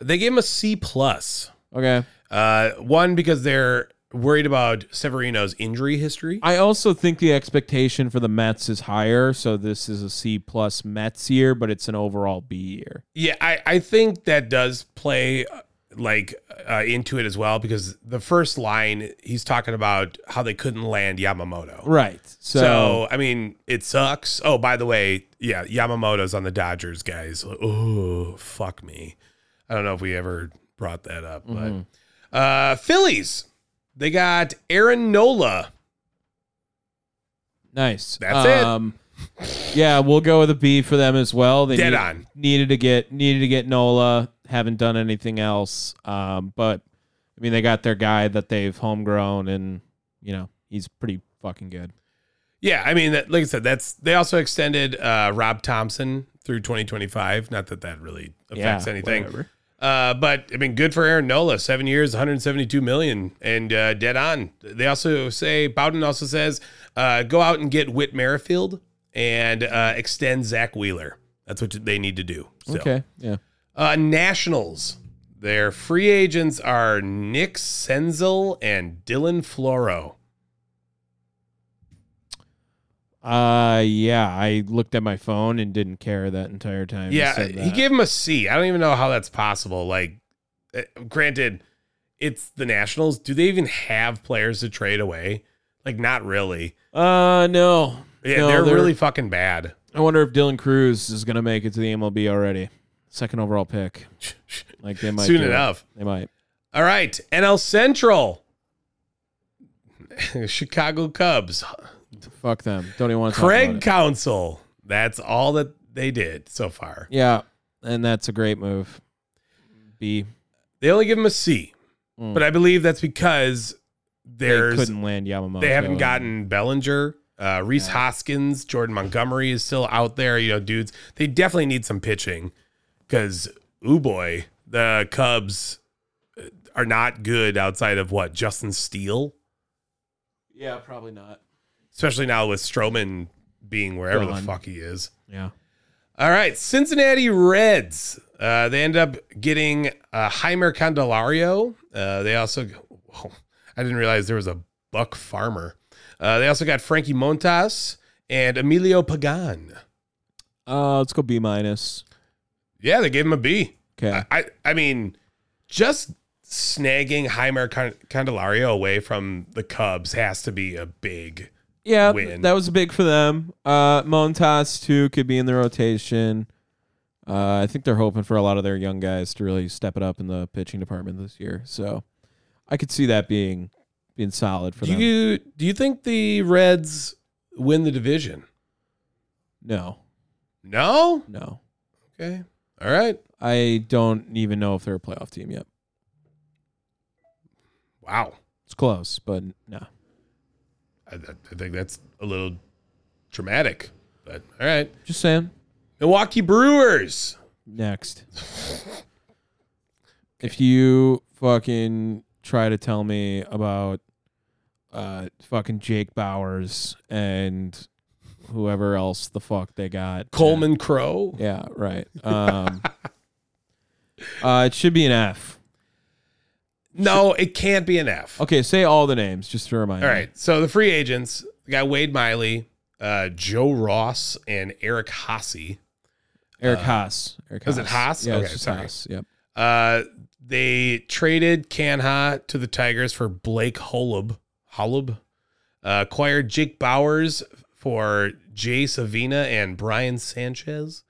they gave him a C plus.
Okay.
Uh, one because they're worried about Severino's injury history.
I also think the expectation for the Mets is higher, so this is a C plus Mets year, but it's an overall B year.
Yeah, I, I think that does play uh, like uh, into it as well because the first line he's talking about how they couldn't land Yamamoto.
Right.
So, I mean, it sucks. Oh, by the way, yeah, Yamamoto's on the Dodgers, guys. Oh, fuck me. I don't know if we ever brought that up,
Mm-hmm.
but uh Phillies. They got Aaron Nola.
Nice.
That's it.
it. Yeah, we'll go with a B for them as well. They
Dead
need-
on.
needed to get needed to get Nola. Haven't done anything else. Um, but I mean, they got their guy that they've homegrown, and you know he's pretty fucking good.
Yeah, I mean, that, like I said, that's they also extended uh, Rob Thompson through 2025. Not that that really affects
Yeah,
anything,
whatever.
uh, but I mean, good for Aaron Nola, seven years, 172 million, and uh, dead on. They also say Bowden also says uh, go out and get Whit Merrifield and uh, extend Zach Wheeler. That's what they need to do. still.
Okay. Yeah.
Uh, Nationals. Their free agents are Nick Senzel and Dylan Floro.
Uh, yeah. I looked at my phone and didn't care that entire time. you
Yeah,
said
he
that.
gave him a C. I don't even know how that's possible. Like, eh, granted, it's the Nationals. Do they even have players to trade away? Like, not really.
Uh, no.
Yeah,
No,
they're, really fucking bad. <laughs>
I wonder if Dylan Cruz is gonna make it to the MLB already. Second overall pick. Like they might
Soon
do it.
enough.
They might.
All right, NL Central. <laughs> Chicago Cubs.
Fuck them. Don't even want to. talk about
Craig
it.
Council. That's all that they did so far.
Yeah, and that's a great move. B.
They only give him a C,
Mm.
but I believe that's because
They
there's
couldn't land Yamamoto.
They haven't gotten Bellinger, uh, Reese Hoskins, Jordan Montgomery is still out there. You know, dudes, they definitely need some pitching because, ooh boy, the Cubs uh, are not good outside of what Justin Steele,
Yeah, probably not.
especially now with Stroman being wherever the
Gone.
fuck he is.
Yeah.
All right, Cincinnati Reds. Uh, they end up getting uh, Heimer Candelario. Uh, they also, <laughs> whoa, I didn't realize there was a Buck Farmer. Uh, they also got Frankie Montas and Emilio Pagan.
Uh, let's go B minus.
Yeah, they gave him a B.
Okay.
I, I, I mean, just snagging Heimer Can- Candelario away from the Cubs has to be a big.
yeah,
win.
that was big for them. Uh, Montas too could be in the rotation. Uh, I think they're hoping for a lot of their young guys to really step it up in the pitching department this year. So, I could see that being being solid for
Do
them.
you do you think the Reds win the division?
no,
No.
no,
Okay. All right.
I don't even know if they're a playoff team yet.
Wow.
It's close, but no.
I, I think that's a little dramatic, but all right.
Just saying.
Milwaukee Brewers.
Next. <laughs> if you fucking try to tell me about uh fucking Jake Bowers and whoever else the fuck they got.
Coleman Crow.
Yeah, right. Um <laughs> uh, it should be an F.
No, it can't be an F.
Okay, say all the names just to remind
All
me.
right. So the free agents we got Wade Miley, uh, Joe Ross, and Eric Hossey.
Eric Haas. Eric
was it Haas?
Yeah,
Okay,
it's just
sorry.
Haas. Yep.
Uh, they traded Canha to the Tigers for Blake Holub. Holub uh, acquired Jake Bowers for Jay Savina and Brian Sanchez.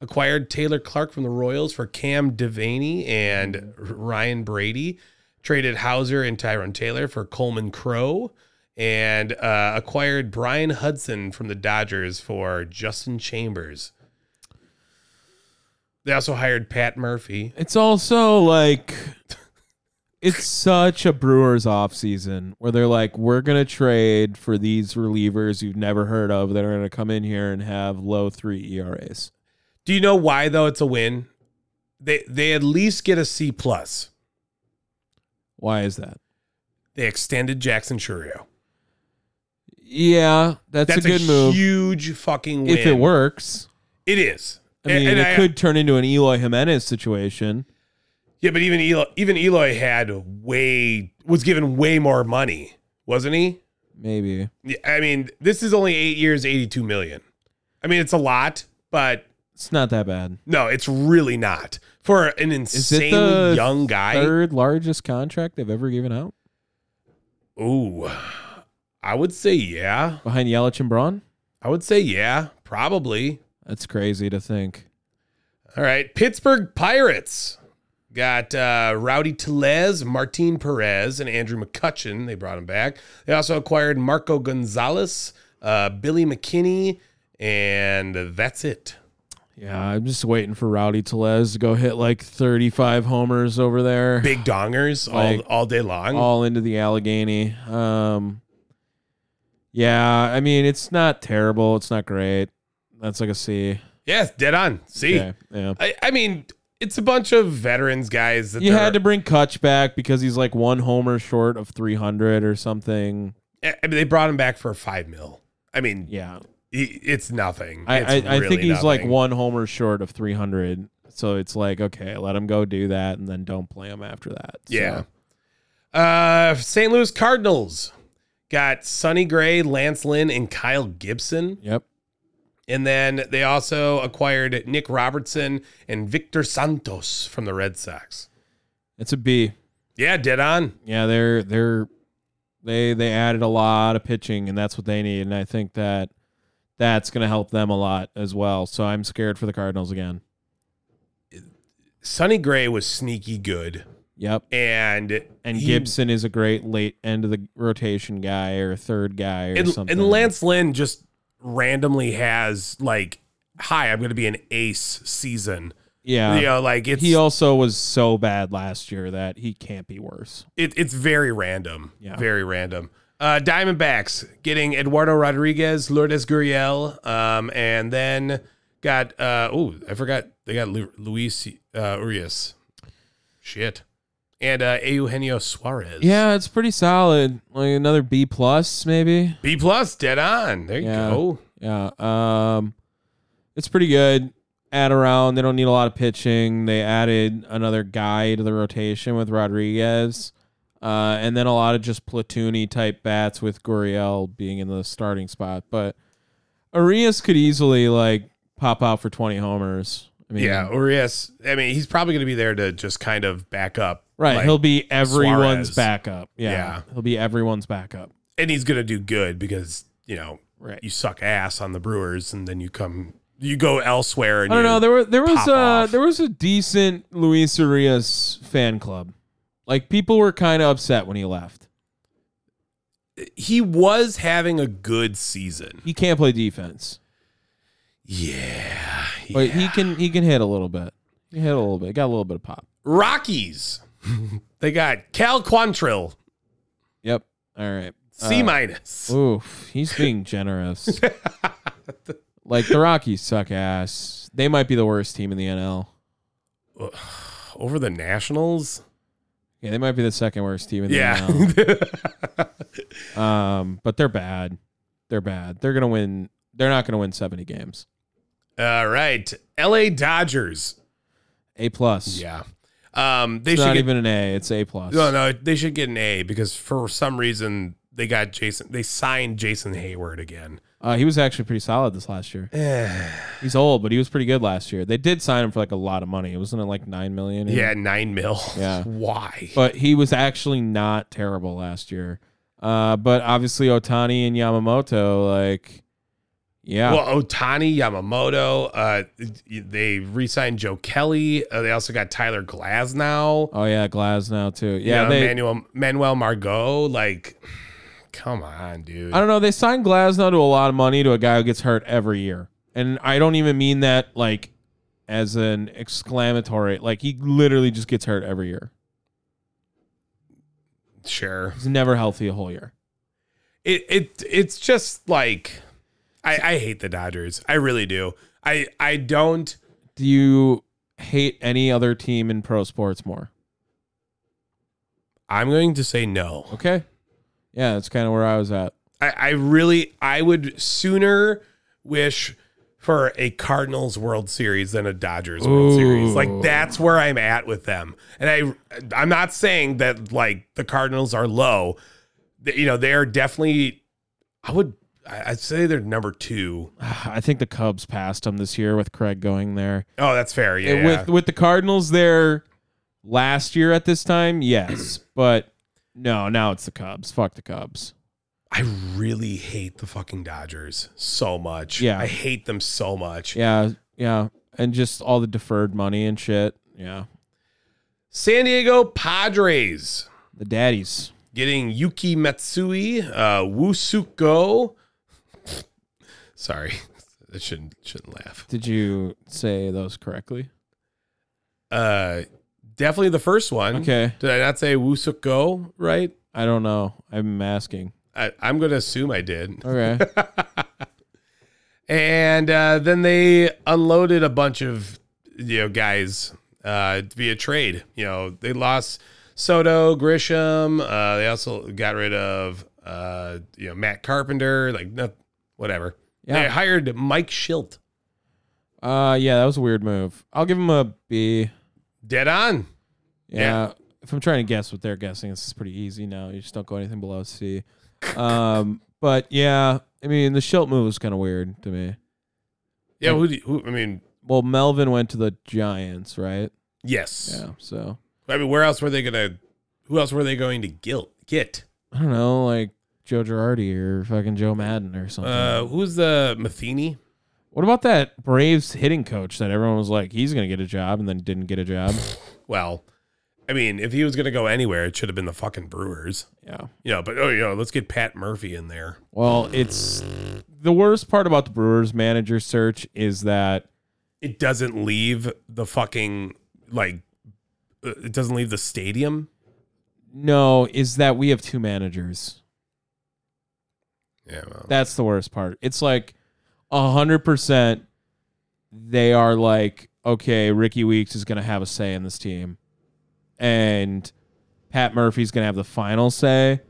Acquired Taylor Clark from the Royals for Cam Devaney and Ryan Brady. Traded Hauser and Tyrone Taylor for Coleman Crow. And uh, acquired Brian Hudson from the Dodgers for Justin Chambers. They also hired Pat Murphy.
It's also like it's such a Brewers off season where they're like, we're gonna trade for these relievers you've never heard of that are gonna come in here and have low three E ERAs.
Do you know why though? It's a win. They they at least get a C plus.
Why is that?
They extended Jackson Churio.
Yeah, that's,
That's
a good move
Huge fucking win.
if it works.
it is.
I mean,
and, and
it
I-
could turn into an Eloy Jimenez situation.
Yeah, but even Eloy, even Eloy had way was given way more money, wasn't he?
Maybe
Yeah, I mean, this is only eight years, eighty-two million. I mean, it's a lot, but
it's not that bad.
no, it's really not for an
Is it
insanely
the
young guy.
third largest contract they've ever given out
Ooh, I would say yeah.
behind Yelich and Braun?
I would say yeah, probably.
That's crazy to think.
All right, Pittsburgh Pirates got uh, Rowdy Telez, Martin Perez, and Andrew McCutcheon. They brought him back. They also acquired Marco Gonzalez, uh, Billy McKinney, and that's it.
Yeah, I'm just waiting for Rowdy Telez to go hit like 35 homers over there,
Big dongers all
Like,
all day long.
all into the Allegheny. Um, yeah, I mean it's not terrible. It's not great. That's like a C.
yes, dead on. See,
Okay, yeah.
I, I mean, it's a bunch of veterans guys. That
You
they're-
had to bring Kutch back because he's like one homer short of 300 or something.
I mean, they brought him back for five mil. I mean,
Yeah,
he- it's nothing.
I,
It's
I, I
really
think he's like
nothing.
one homer short of 300. So it's like, okay, let him go do that and then don't play him after that. So-
Yeah. Uh, St. Louis Cardinals got Sonny Gray, Lance Lynn, and Kyle Gibson.
Yep.
And then they also acquired Nick Robertson and Victor Santos from the Red Sox.
It's a B.
Yeah, dead on.
Yeah, they're they're they they added a lot of pitching and that's what they need. And I think that that's gonna help them a lot as well. So I'm scared for the Cardinals again.
Sonny Gray was sneaky good.
Yep.
And
And
he-
Gibson is a great late end of the rotation guy or third guy or
and,
something.
and Lance Lynn just randomly has like, hi, I'm going to be an ace season.
yeah.
you know, like it's
Uh, He also was so bad last year that he can't be worse.
it, it's very random.
Yeah.
Very random. Uh, Diamondbacks getting Eduardo Rodriguez, Lourdes Gurriel, um, and then got uh, oh I forgot they got Lu- Luis uh, Urias. Shit, and uh, Eugenio Suarez.
Yeah, it's pretty solid. Like another B plus, maybe.
B plus, dead on. There you
Yeah.
go.
Yeah. Um, it's pretty good. Add around. They don't need a lot of pitching. They added another guy to the rotation with Rodriguez, uh, and then a lot of just platoony type bats with Guriel being in the starting spot. But Arias could easily like pop out for twenty homers. I mean,
Yeah, Urias. I mean, he's probably going to be there to just kind of back up,
Right,
like,
he'll be everyone's
Suarez.
backup. Yeah,
Yeah.
he'll be everyone's backup.
and he's going to do good because you know
Right.
you suck ass on the Brewers, and then you come you go elsewhere. And
I don't
you-
know. There were there was
pop
a
off.
there was a decent Luis Arias fan club. Like people were kind of upset when he left.
he was having a good season.
He can't play defense,
Yeah.
but he can he can hit a little bit. He hit a little bit. Got a little bit of pop.
Rockies. <laughs> they got Cal Quantrill,
Yep. All right. Uh,
C minus.
oh. Oof. He's being generous. like the Rockies suck ass. They might be the worst team in the NL.
Over the Nationals?
Yeah, they might be the second worst team in the
Yeah. <laughs>
NL. Um, but they're bad. They're bad. They're gonna win. They're not gonna win seventy games.
All right. LA Dodgers.
A plus.
Yeah. Um, they
It's
should
not
get,
even an A. It's A plus.
no, no, they should get an A because for some reason they got Jason they signed Jason Hayward again.
Uh, he was actually pretty solid this last year. He's old, but he was pretty good last year. They did sign him for like a lot of money. It wasn't it like nine million.
Yeah, nine mil.
Yeah.
<laughs> Why?
But he was actually not terrible last year. Uh, but obviously Otani and Yamamoto, like, yeah,
Well, Otani, Yamamoto, uh, they re signed Joe Kelly. Uh, they also got Tyler Glasnow.
oh yeah, Glasnow too.
Yeah,
Yeah, they.
Manuel Manuel Margot. Like, come on, dude.
I don't know. They signed Glasnow to a lot of money to a guy who gets hurt every year, and I don't even mean that like as an exclamatory. Like he literally just gets hurt every year.
Sure.
He's never healthy a whole year.
It it it's just like I, I hate the Dodgers. I really do. I I don't
Do you hate any other team in pro sports more?
I'm going to say no.
Okay. Yeah, that's kind of where I was at. <sighs>
I, I really I would sooner wish for a Cardinals World Series than a Dodgers World Series. Like that's where I'm at with them. And I I'm not saying that like the Cardinals are low. Th- You know, they're definitely I would I- I'd say they're number two.
I think the Cubs passed him this year with Craig going there.
Oh, that's fair. Yeah.
And
yeah.
With with the Cardinals there last year at this time, yes, <coughs> but no, now it's the Cubs. Fuck the Cubs.
I really hate the fucking Dodgers so much.
Yeah.
I hate them so much.
Yeah, yeah, and just all the deferred money and shit. Yeah,
San Diego Padres.
the daddies.
getting Yuki Matsui, uh, Wusuko. <laughs> Sorry, I shouldn't shouldn't laugh.
Did you say those correctly?
Uh, definitely the first one.
Okay.
Did I not say Wusuko right?
I don't know. I'm asking.
I, I'm going to assume I did.
Okay.
And uh, then they unloaded a bunch of you know guys uh, via trade. You know they lost Soto, Grisham. Uh, they also got rid of uh, you know Matt Carpenter. Like no, whatever. They
Yeah.
hired Mike Schilt.
Uh, yeah, that was a weird move. I'll give them a B.
Dead on.
Yeah.
Yeah.
If I'm trying to guess what they're guessing, this is pretty easy now. You just don't go anything below C. Um, <laughs> but yeah, I mean the Schilt move was kind of weird to me.
Yeah, who, do you, who? I mean,
Well, Melvin went to the Giants, right?
yes.
Yeah. So
I mean, where else were they gonna? Who else were they going to guilt get?
I don't know, like Joe Girardi or fucking Joe Madden or something.
Uh, who's the Matheny?
what about that Braves hitting coach that everyone was like, he's gonna get a job and then didn't get a job?
Well, I mean, if he was gonna go anywhere, it should have been the fucking Brewers.
<laughs> yeah.
You know, but oh, you know, let's get Pat Murphy in there.
Well, it's the worst part about the Brewers manager search is that
It doesn't leave the fucking like. uh, It doesn't leave the stadium.
no, is that we have two managers.
Yeah. Well,
That's the worst part. It's like a hundred percent they are like, okay, Ricky Weeks is gonna have a say in this team. And Pat Murphy's gonna have the final say.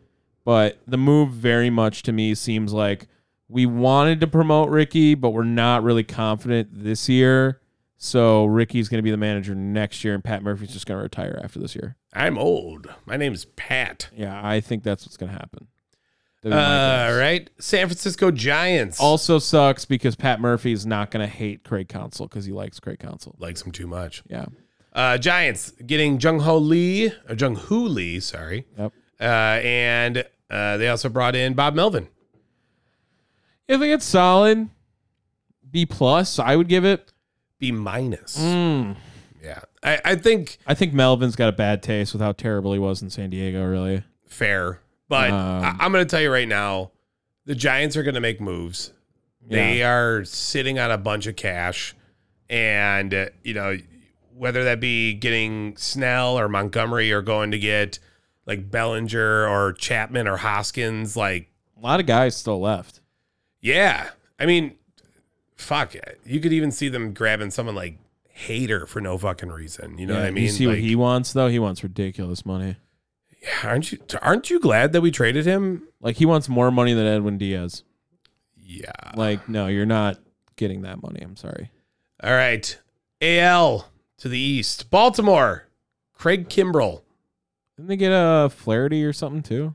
But the move very much to me seems like we wanted to promote Ricky, but we're not really confident this year. So Ricky's gonna be the manager next year and Pat Murphy's just gonna retire after this year.
I'm old. My name's Pat.
Yeah, I think that's what's gonna happen. That'd be my
Uh,
guess.
All right, San Francisco Giants.
Also sucks because Pat Murphy is not going to hate Craig Council because he likes Craig Council.
likes him too much.
Yeah.
Uh, Giants getting Jung Ho Lee or Jung Hoo Lee, sorry,
Yep.
uh, and uh, they also brought in Bob Melvin.
I think it's solid. B plus, I would give it.
B minus. Yeah, I, I think
I think Melvin's got a bad taste with how terrible he was in San Diego. Really,
fair, but I,
Um,
I'm going to tell you right now, the Giants are going to make moves. They are sitting on a bunch of cash, and uh, you know whether that be getting Snell or Montgomery or going to get like Bellinger or Chapman or Hoskins, like
a lot of guys still left.
Yeah. I mean, fuck. You could even see them grabbing someone like Hater for no fucking reason. You know what I mean?
you see what
Like,
he wants though. He wants ridiculous money.
aren't you aren't you glad that we traded him?
Like he wants more money than Edwin Diaz.
Yeah.
Like no, you're not getting that money. I'm sorry.
All right. AL to the East. Baltimore. Craig Kimbrell.
Didn't they get a Flaherty or something too?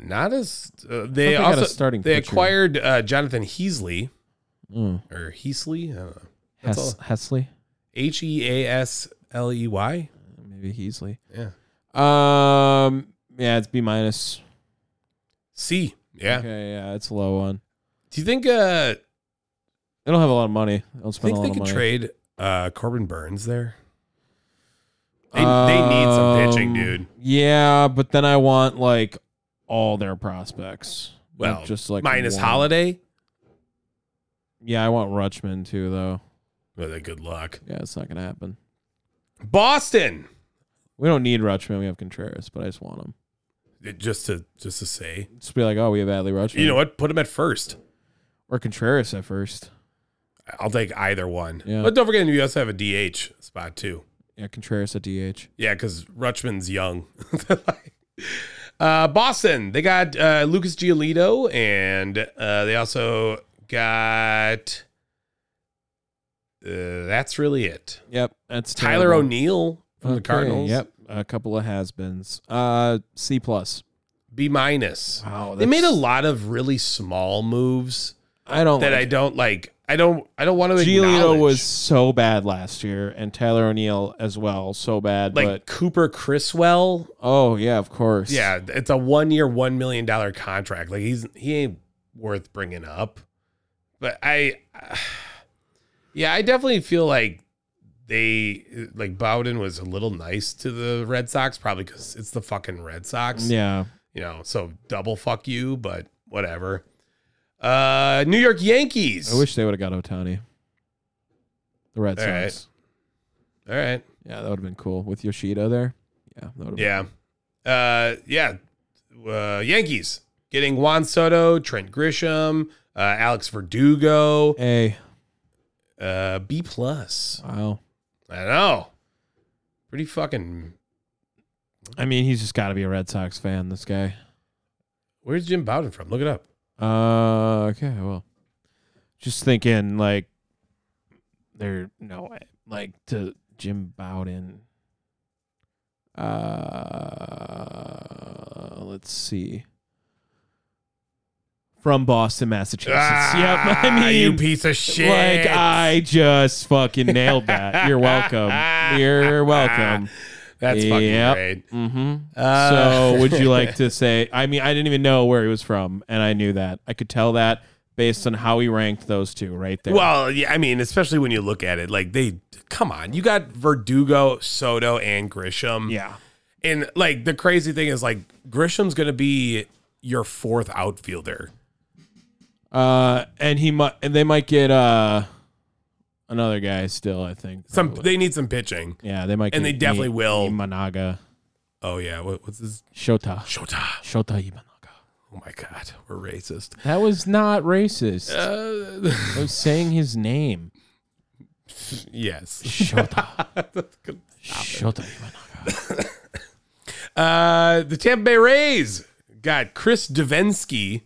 Not as uh,
I
they
thought they got a
also
starting
they
pitcher.
acquired uh, Jonathan Heasley
Mm.
or Heasley. I don't know. That's
Hes-
all.
Hesley,
H e a s l e y.
maybe Heasley.
Yeah.
Um. Yeah, it's B minus.
C. Yeah.
Okay, yeah, it's a low one.
Do you think uh
They don't have a lot of money. They don't
I
spend a
think they
lot of
could
money.
trade uh, Corbin Burns there. They, they
Um,
need some pitching, dude.
Yeah, but then I want like all their prospects. Not
Well,
just like
minus
one.
Holiday.
Yeah, I want Rutschman too, though.
Well, then good luck.
Yeah, it's not gonna happen.
Boston.
We don't need Rutschman. We have Contreras, but I just want him.
It- just to just to say,
Just be like, oh, we have Adley Rutschman.
you know what? Put him at first.
or Contreras at first.
I'll take either one.
Yeah.
But don't forget, you also have a DH spot too.
Yeah, Contreras at DH.
Yeah, because Rutschman's young. <laughs> uh, Boston, they got uh, Lucas Giolito, and uh, they also got. Uh, that's really it.
Yep, that's
Tyler
terrible.
O'Neill from the
Okay,
Cardinals.
Yep, a couple of has-beens. Uh, C plus.
B minus.
Wow,
they made a
that's-
lot of really small moves
I don't.
that I
like
don't like. I don't. I don't want to.
Giolito
acknowledge.
was so bad last year, and Tyler O'Neill as well, so bad.
like
but
Cooper Criswell.
oh yeah, of course.
Yeah, it's a one year, one million dollar contract. Like he's he ain't worth bringing up. But I, <sighs> yeah, I definitely feel like they like Bowden was a little nice to the Red Sox, probably because it's the fucking Red Sox.
yeah.
you know. So double fuck you, but whatever. Uh, New York Yankees.
I wish they would have got Otani. The Red
All
Sox.
right. All right.
Yeah, that would have been cool with Yoshida there. Yeah, that would have
Yeah. Uh, yeah. Uh, Yankees getting Juan Soto, Trent Grisham, uh, Alex Verdugo,
Been. A
uh, B plus.
wow.
I know. Pretty fucking.
I mean, he's just got to be a Red Sox fan. This guy.
Where's Jim Bowden from? Look it up.
Uh, okay, well, just thinking like there no way like to Jim Bowden. Uh, let's see. From Boston, Massachusetts. yep, <laughs> I
Ah,
mean,
you piece of shit.
like uh, I just fucking nailed that. You're
<laughs>
welcome. You're welcome.
That's fucking
Yep.
great.
Mm-hmm.
Uh,
so, would you
<laughs>
like to say? I mean, I didn't even know where he was from, and I knew that. I could tell that based on how he ranked those two right there.
Well, yeah, I mean, especially when you look at it, like they come on, you got Verdugo, Soto, and Grisham.
yeah,
And like the crazy thing is like Grisham's gonna be your fourth outfielder.
uh, and he might, and they might get uh another guy still. I think
Some
probably.
they need some pitching.
yeah, they might,
and
get
they definitely
I-
will.
Imanaga,
Oh yeah, what, what's this?
Shota,
Shota.
Shota Imanaga.
Oh my god, we're racist.
That was not racist.
<laughs> Uh,
I was saying his name,
yes. <laughs>
Shota, Shota Imanaga.
Uh, the Tampa Bay Rays got Chris Davinsky,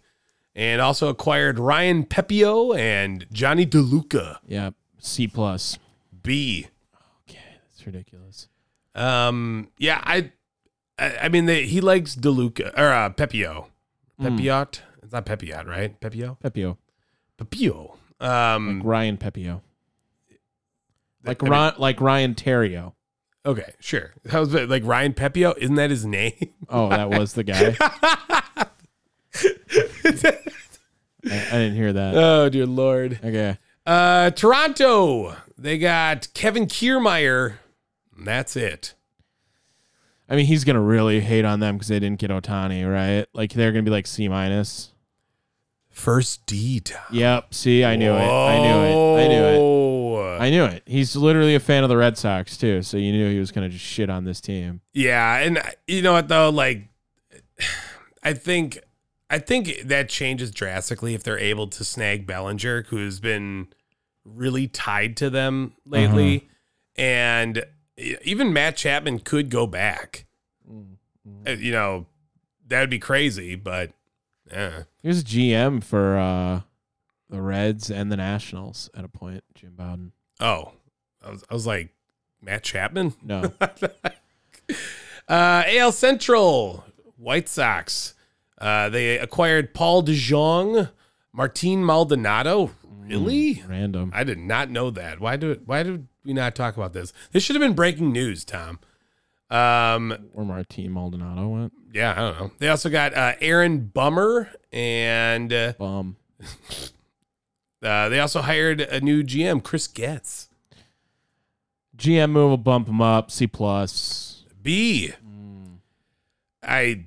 and also acquired Ryan Pepio and Johnny DeLuca.
Yeah, C plus.
B.
Okay, that's ridiculous.
Um, yeah, I, I, I mean, they, he likes DeLuca or uh, Pepio.
Hmm.
Pepiot. It's not Pepiot, right? Pepio.
Pepio.
Pepio. Um,
Ryan Pepio. Like
I mean-
Ron, like Ryan Terrio.
okay, sure. That was like Ryan Pepio. Isn't that
<laughs>
his <laughs> name?
Oh, that was the
<laughs>
guy. I, I didn't hear that.
oh dear lord.
Okay.
Uh, Toronto. They got Kevin Kiermeyer. And that's it.
I mean, he's gonna really hate on them because they didn't get Otani, right? Like they're gonna be like C minus.
First D. Tom.
Yep. See, I knew it. I knew it. I knew it.
Whoa.
I knew it. He's literally a fan of the Red Sox too, so you knew he was gonna just shit on this team.
Yeah, and I- you know what though, like <sighs> I think I think that changes drastically if they're able to snag Bellinger, who's been really tied to them lately, and e- even Matt Chapman could go back. Uh, You know, that would be crazy, but eh.
He was GM for uh, the Reds and the Nationals at a point. Jim Bowden.
oh, I was I was like Matt Chapman.
No.
Uh, AL Central, White Sox. Uh, they acquired Paul DeJong, Martin Maldonado.
Hmm.
Really?
Mm, Random.
I did not know that. Why do why did we not talk about this? This should have been breaking news, Tom. Um,
Where Martin Maldonado went.
yeah, I don't know. They also got uh, Aaron Bummer, and uh,
Bum.
uh, they also hired a new GM, Chris Getz.
GM move will bump him up. C plus.
B. Mm. I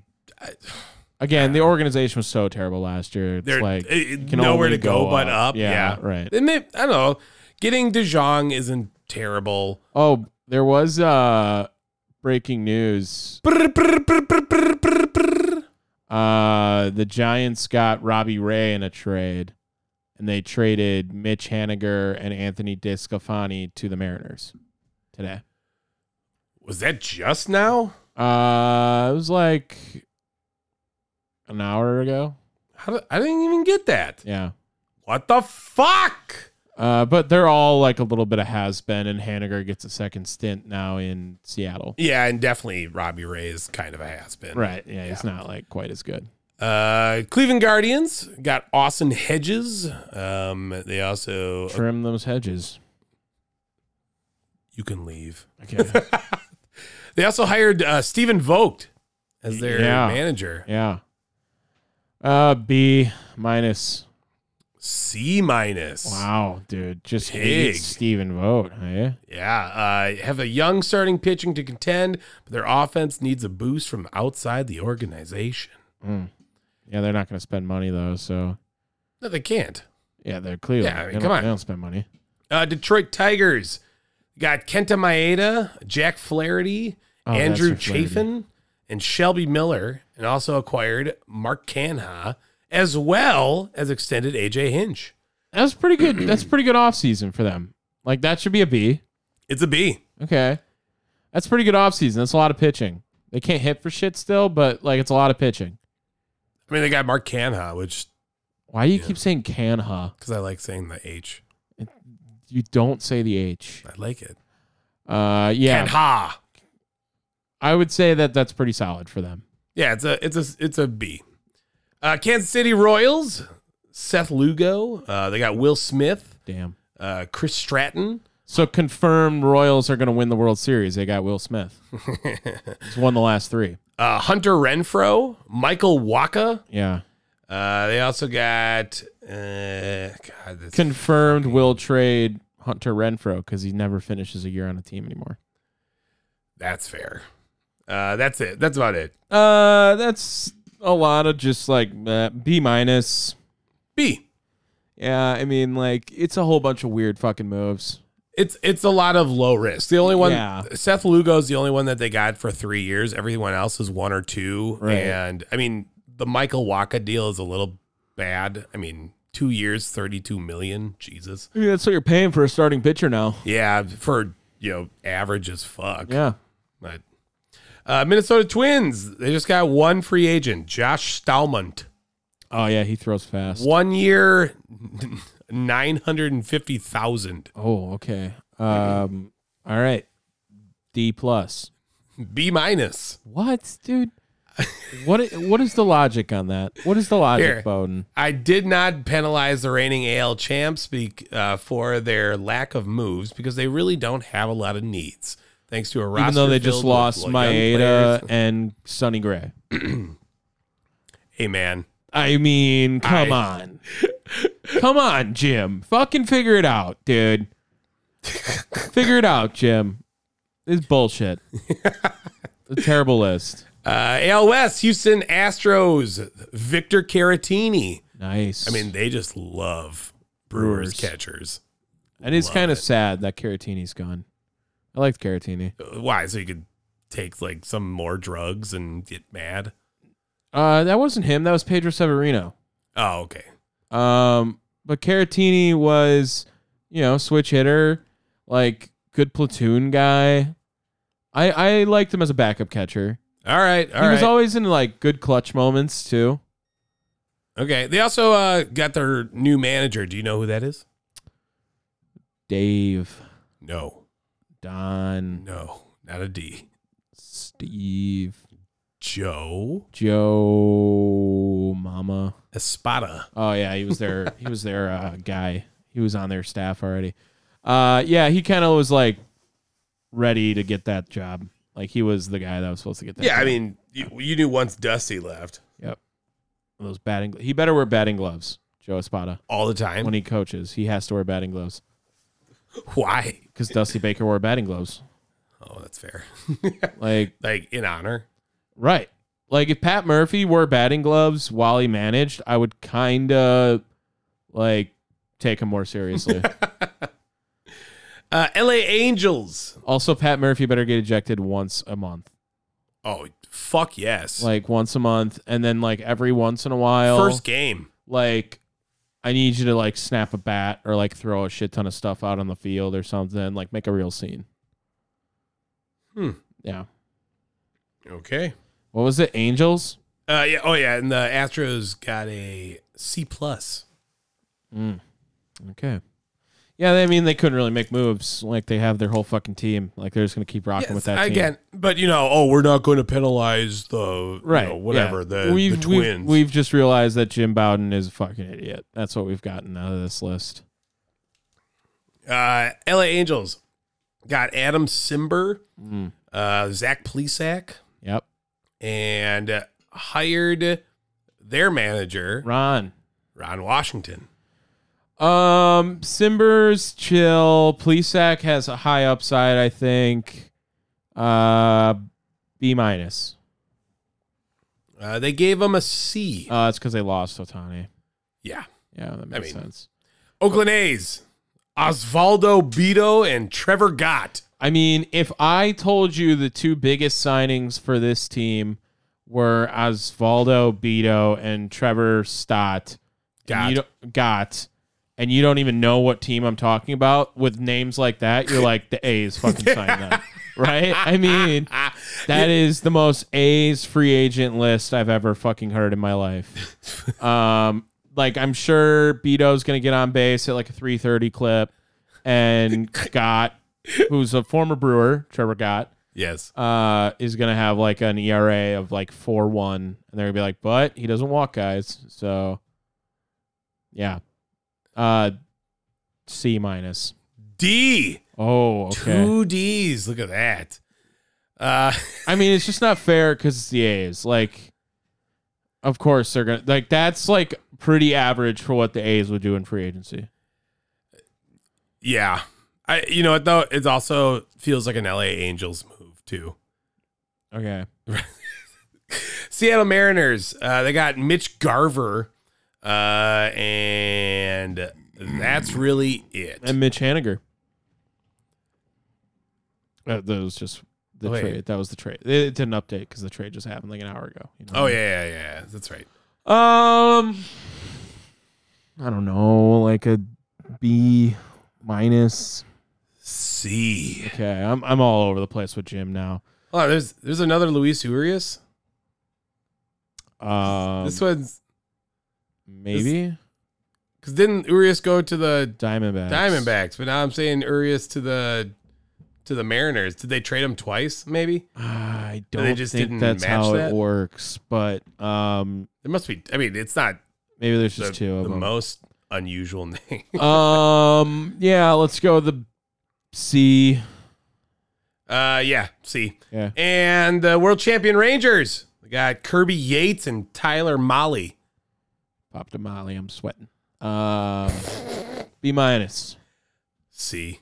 Again, the organization was so terrible last year. It's
they're
like
it- it-
can
nowhere
only
to go, but up.
Yeah, right.
They may, I don't know. Getting De Jong isn't terrible.
Oh, there was uh breaking news.
Brr, brr, brr, brr, brr, brr, brr.
Uh the Giants got Robbie Ray in a trade and they traded Mitch Haniger and Anthony DiScafani to the Mariners today.
Was that just now?
Uh it was like an hour ago.
How did, I didn't even get that.
Yeah.
What the fuck?
Uh, but they're all like a little bit of has been, and Haniger gets a second stint now in Seattle.
Yeah, and definitely Robbie Ray is kind of a has been.
Right. Yeah, he's not like quite as good.
Uh, Cleveland Guardians got Austin Hedges. Um, they also
Trim those hedges.
you can leave.
Okay.
<laughs> They also hired uh, Stephen Vogt as their
Yeah.
manager.
<laughs> yeah. Uh, B minus.
C minus.
Wow, dude, just
Big.
hate Steven Vogt. eh?
Yeah, uh, have a young starting pitching to contend, but their offense needs a boost from outside the organization.
Yeah, they're not going to spend money though, so
No, they can't.
yeah, they're clearly.
Yeah, I mean,
they
come
don't-
on.
they don't spend money.
Uh, Detroit Tigers got Kenta Maeda, Jack Flaherty,
Oh, that's
Andrew
right, Flaherty.
Chafin, and Shelby Miller, and also acquired Mark Canha, as well as extended AJ Hinch.
That's pretty good. That's pretty good off season for them. Like that should be a B.
It's a B.
Okay. That's pretty good offseason. That's a lot of pitching. They can't hit for shit still, but like it's a lot of pitching.
I mean, they got Mark Canha, which
Why do you keep saying Canha?
because I like saying the H.
You don't say the H.
I like it.
Uh, yeah,
Canha.
I would say that that's pretty solid for them.
Yeah, it's a it's a it's a B. Uh, Kansas City Royals, Seth Lugo. Uh, they got Will Smith,
Damn.
uh, Chris Stratton.
So confirmed Royals are going to win the World Series. They got Will <laughs> Smith. He's won the last three.
uh, Hunter Renfro, Michael Waka.
Yeah.
Uh, they also got uh, God. This,
Confirmed will trade Hunter Renfro because he never finishes a year on a team anymore.
that's fair. Uh, that's it. That's about it.
Uh, that's a lot of just like uh, B minus.
B.
Yeah, I mean, like it's a whole bunch of weird fucking moves.
It's it's a lot of low risk. The only one
Yeah.
Seth Lugo's the only one that they got for three years. Everyone else is one or two.
Right.
And I mean, the Michael Waka deal is a little bad. I mean, two years, thirty-two million. Jesus.
I mean, that's what you're paying for a starting pitcher now.
Yeah, for you know, average as fuck.
Yeah.
But uh, Minnesota Twins, they just got one free agent, Josh Stalmont.
Oh yeah, he throws fast.
One year, nine hundred and fifty thousand.
Oh, okay. Um, all right. D plus.
B minus.
What, dude? what? i- What is the logic on that? What is the logic,
Here.
Bowden?
I did not penalize the reigning AL champs bec uh, for their lack of moves because they really don't have a lot of needs. Thanks to a roster
Even though they
filled
just
with
lost
young
Maeda
players.
and Sonny Gray.
Hey man,
I mean, come
<laughs>
on, come on, Jim. Fucking figure it out,
<laughs>
dude. figure it out, Jim. It's bullshit. a terrible list.
uh, AL West, Houston Astros, Victor Caratini.
Nice.
I mean, they just love
Brewers.
Brewers, catchers.
And it's
Love
kind
it.
of sad that Caratini's gone. I liked Caratini.
Uh, Why? So you could take like some more drugs and get mad?
Uh, that wasn't him. That was Pedro Severino.
Oh, okay.
Um, but Caratini was, you know, switch hitter, like good platoon guy. I I liked him as a backup catcher.
All right. all
he
right.
was always in like good clutch moments too.
okay. They also uh, got their new manager. Do you know who that is?
Dave,
No.
Don,
No. Not a D.
Steve,
Joe
Joe, Mama.
Espada.
Oh yeah, he was
<laughs>
their he was their uh, guy. He was on their staff already. Uh, yeah, he kind of was like ready to get that job. Like he was the guy that was supposed to get that.
Yeah, I
job.
mean, you, you knew once Dusty left
yep. Those batting, he better wear batting gloves. Joe Espada
all the time.
when he coaches, he has to wear batting gloves
Why?
because Dusty Baker wore batting gloves.
Oh, that's fair.
Like
like in honor.
right, like if Pat Murphy wore batting gloves while he managed,
<laughs>
I would kind of like take him more seriously.
Uh, LA Angels.
Also, Pat Murphy better get ejected once a month,
Oh, fuck yes.
like once a month, and then like every once in a while,
First game.
like I need you to like snap a bat or like throw a shit ton of stuff out on the field or something, like make a real scene.
Hmm.
Yeah.
Okay.
What was it? Angels.
Uh, yeah. Oh, yeah. And the Astros got a C plus.
Mm. Okay. Yeah, they- I mean they couldn't really make moves. Like they have their whole fucking team. Like they're just gonna keep rocking with that team.
Again, but you know, oh, we're not going to penalize the right,
right?
whatever
yeah.
the,
we've,
the twins.
We've, we've just realized that Jim Bowden is a fucking idiot. That's what we've gotten out of this list.
uh, L.A. Angels got Adam Simber, uh, Zach Plesac,
Yep.
and uh, hired their manager
Ron.
Ron Washington.
Um, Simbers chill. Plesac has a high upside, I think. Uh, B minus.
Uh, they gave him a C.
Uh, it's because they lost Otani.
yeah.
Yeah, that makes
mean-
sense.
Oakland A's, Osvaldo Beto and Trevor Gott.
I mean, if I told you the two biggest signings for this team were Osvaldo Beto and Trevor Stott,
Got.
and
<laughs>
you don't, got, and you don't even know what team I'm talking about with names like that, you're like the A's fucking signed them, right? I mean,
Ah,
that is the most A's free agent list I've ever fucking heard in my life. Um, like I'm sure Beto's gonna get on base at like a 3:30 clip, and Gott, who's a former Brewer, Trevor Gott,
Yes.
uh, is gonna have like an ERA of like four one, and they're gonna be like, but he doesn't walk guys, so yeah, uh, C minus.
D.
Oh, okay.
Two D's. Look at that. Uh, <laughs>
I mean, it's just not fair because it's the A's. Like, of course they're gonna like that's like pretty average for what the A's would do in free agency.
yeah. I. You know what though? It also feels like an LA Angels move too.
Okay.
Seattle Mariners. Uh, they got Mitch Garver, uh, and that's really it.
And Mitch Haniger. Uh, that was just the
Oh, wait.
trade. That was the trade. It, it didn't update because the trade just happened like an hour ago. you know?
oh yeah, yeah, yeah. That's right.
Um, I don't know, like a B minus.
C.
Okay, I'm I'm all over the place with Jim now.
Oh, there's there's another Luis Urias.
Um,
this one's
maybe
because didn't Urias go to the
Diamondbacks.
Diamondbacks, but now I'm saying Urias to the to the Mariners. Did they trade him twice? Maybe
I
But
don't
they just
think
didn't
that's
match
how
that?
it works, but um,
there must be. I mean, it's not
maybe there's
the,
just two of
the
them.
most unusual <laughs>
<laughs>
name.
um, yeah, let's go with the C.
Uh, yeah, C.
Yeah.
And the world champion Rangers we got Kirby Yates and Tyler Molly.
Pop to Molly, I'm sweating. Um, B minus.
C.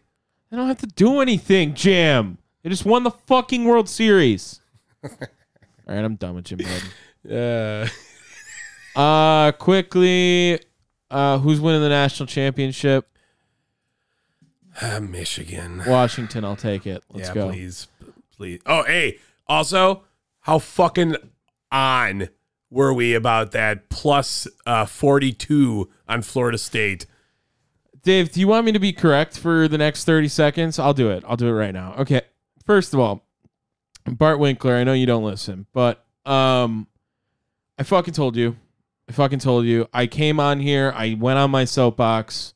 They don't have to do anything, Jim. They just won the fucking World
<laughs>
Series. All right, I'm done with Jim Biden.
Uh, <laughs>
Uh, quickly, uh, who's winning the national championship?
uh, Michigan.
Washington. I'll take it. Let's
yeah,
go.
please, please. Oh, hey. Also, how fucking on were we about that plus uh, forty-two on Florida State?
Dave, do you want me to be correct for the next 30 seconds? I'll do it. I'll do it right now. Okay. First of all, Bart Winkler, I know you don't listen, but um I fucking told you. I fucking told you. I came on here, I went on my soapbox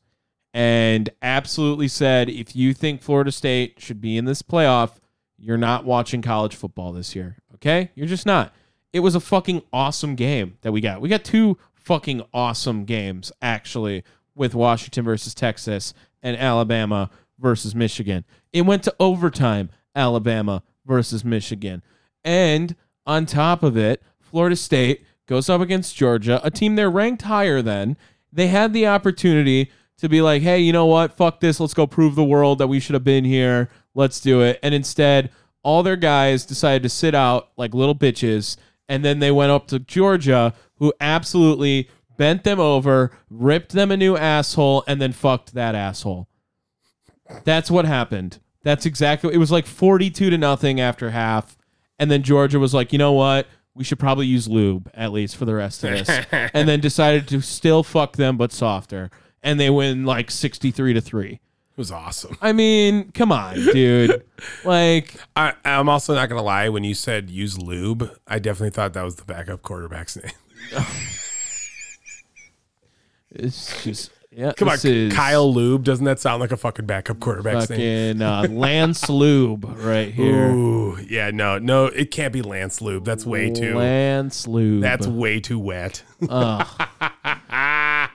and absolutely said if you think Florida State should be in this playoff, you're not watching college football this year. Okay? You're just not. It was a fucking awesome game that we got. We got two fucking awesome games actually with Washington versus Texas and Alabama versus Michigan. It went to overtime, Alabama versus Michigan. And on top of it, Florida State goes up against Georgia, a team they're ranked higher than. They had the opportunity to be like, hey, you know what? Fuck this. Let's go prove the world that we should have been here. Let's do it. And instead, all their guys decided to sit out like little bitches. And then they went up to Georgia, who absolutely bent them over, ripped them a new asshole, and then fucked that asshole. That's what happened. That's exactly. It was like forty-two to nothing after half, and then Georgia was like, you know what? We should probably use lube at least for the rest of this,
<laughs>
and then decided to still fuck them but softer, and they win like sixty-three to three.
was awesome.
I mean, come
<laughs>
on, dude. like,
I, I'm also not gonna lie. When you said use lube, I definitely thought that was the backup quarterback's name. <laughs>
it's just yeah.
Come
this
on,
is
Kyle Lube. Doesn't that sound like a fucking backup quarterback's name?
Fucking uh, Lance Lube right here.
Ooh, yeah, no, no, it can't be Lance Lube. That's way too.
Lance Lube.
That's way too wet. <laughs>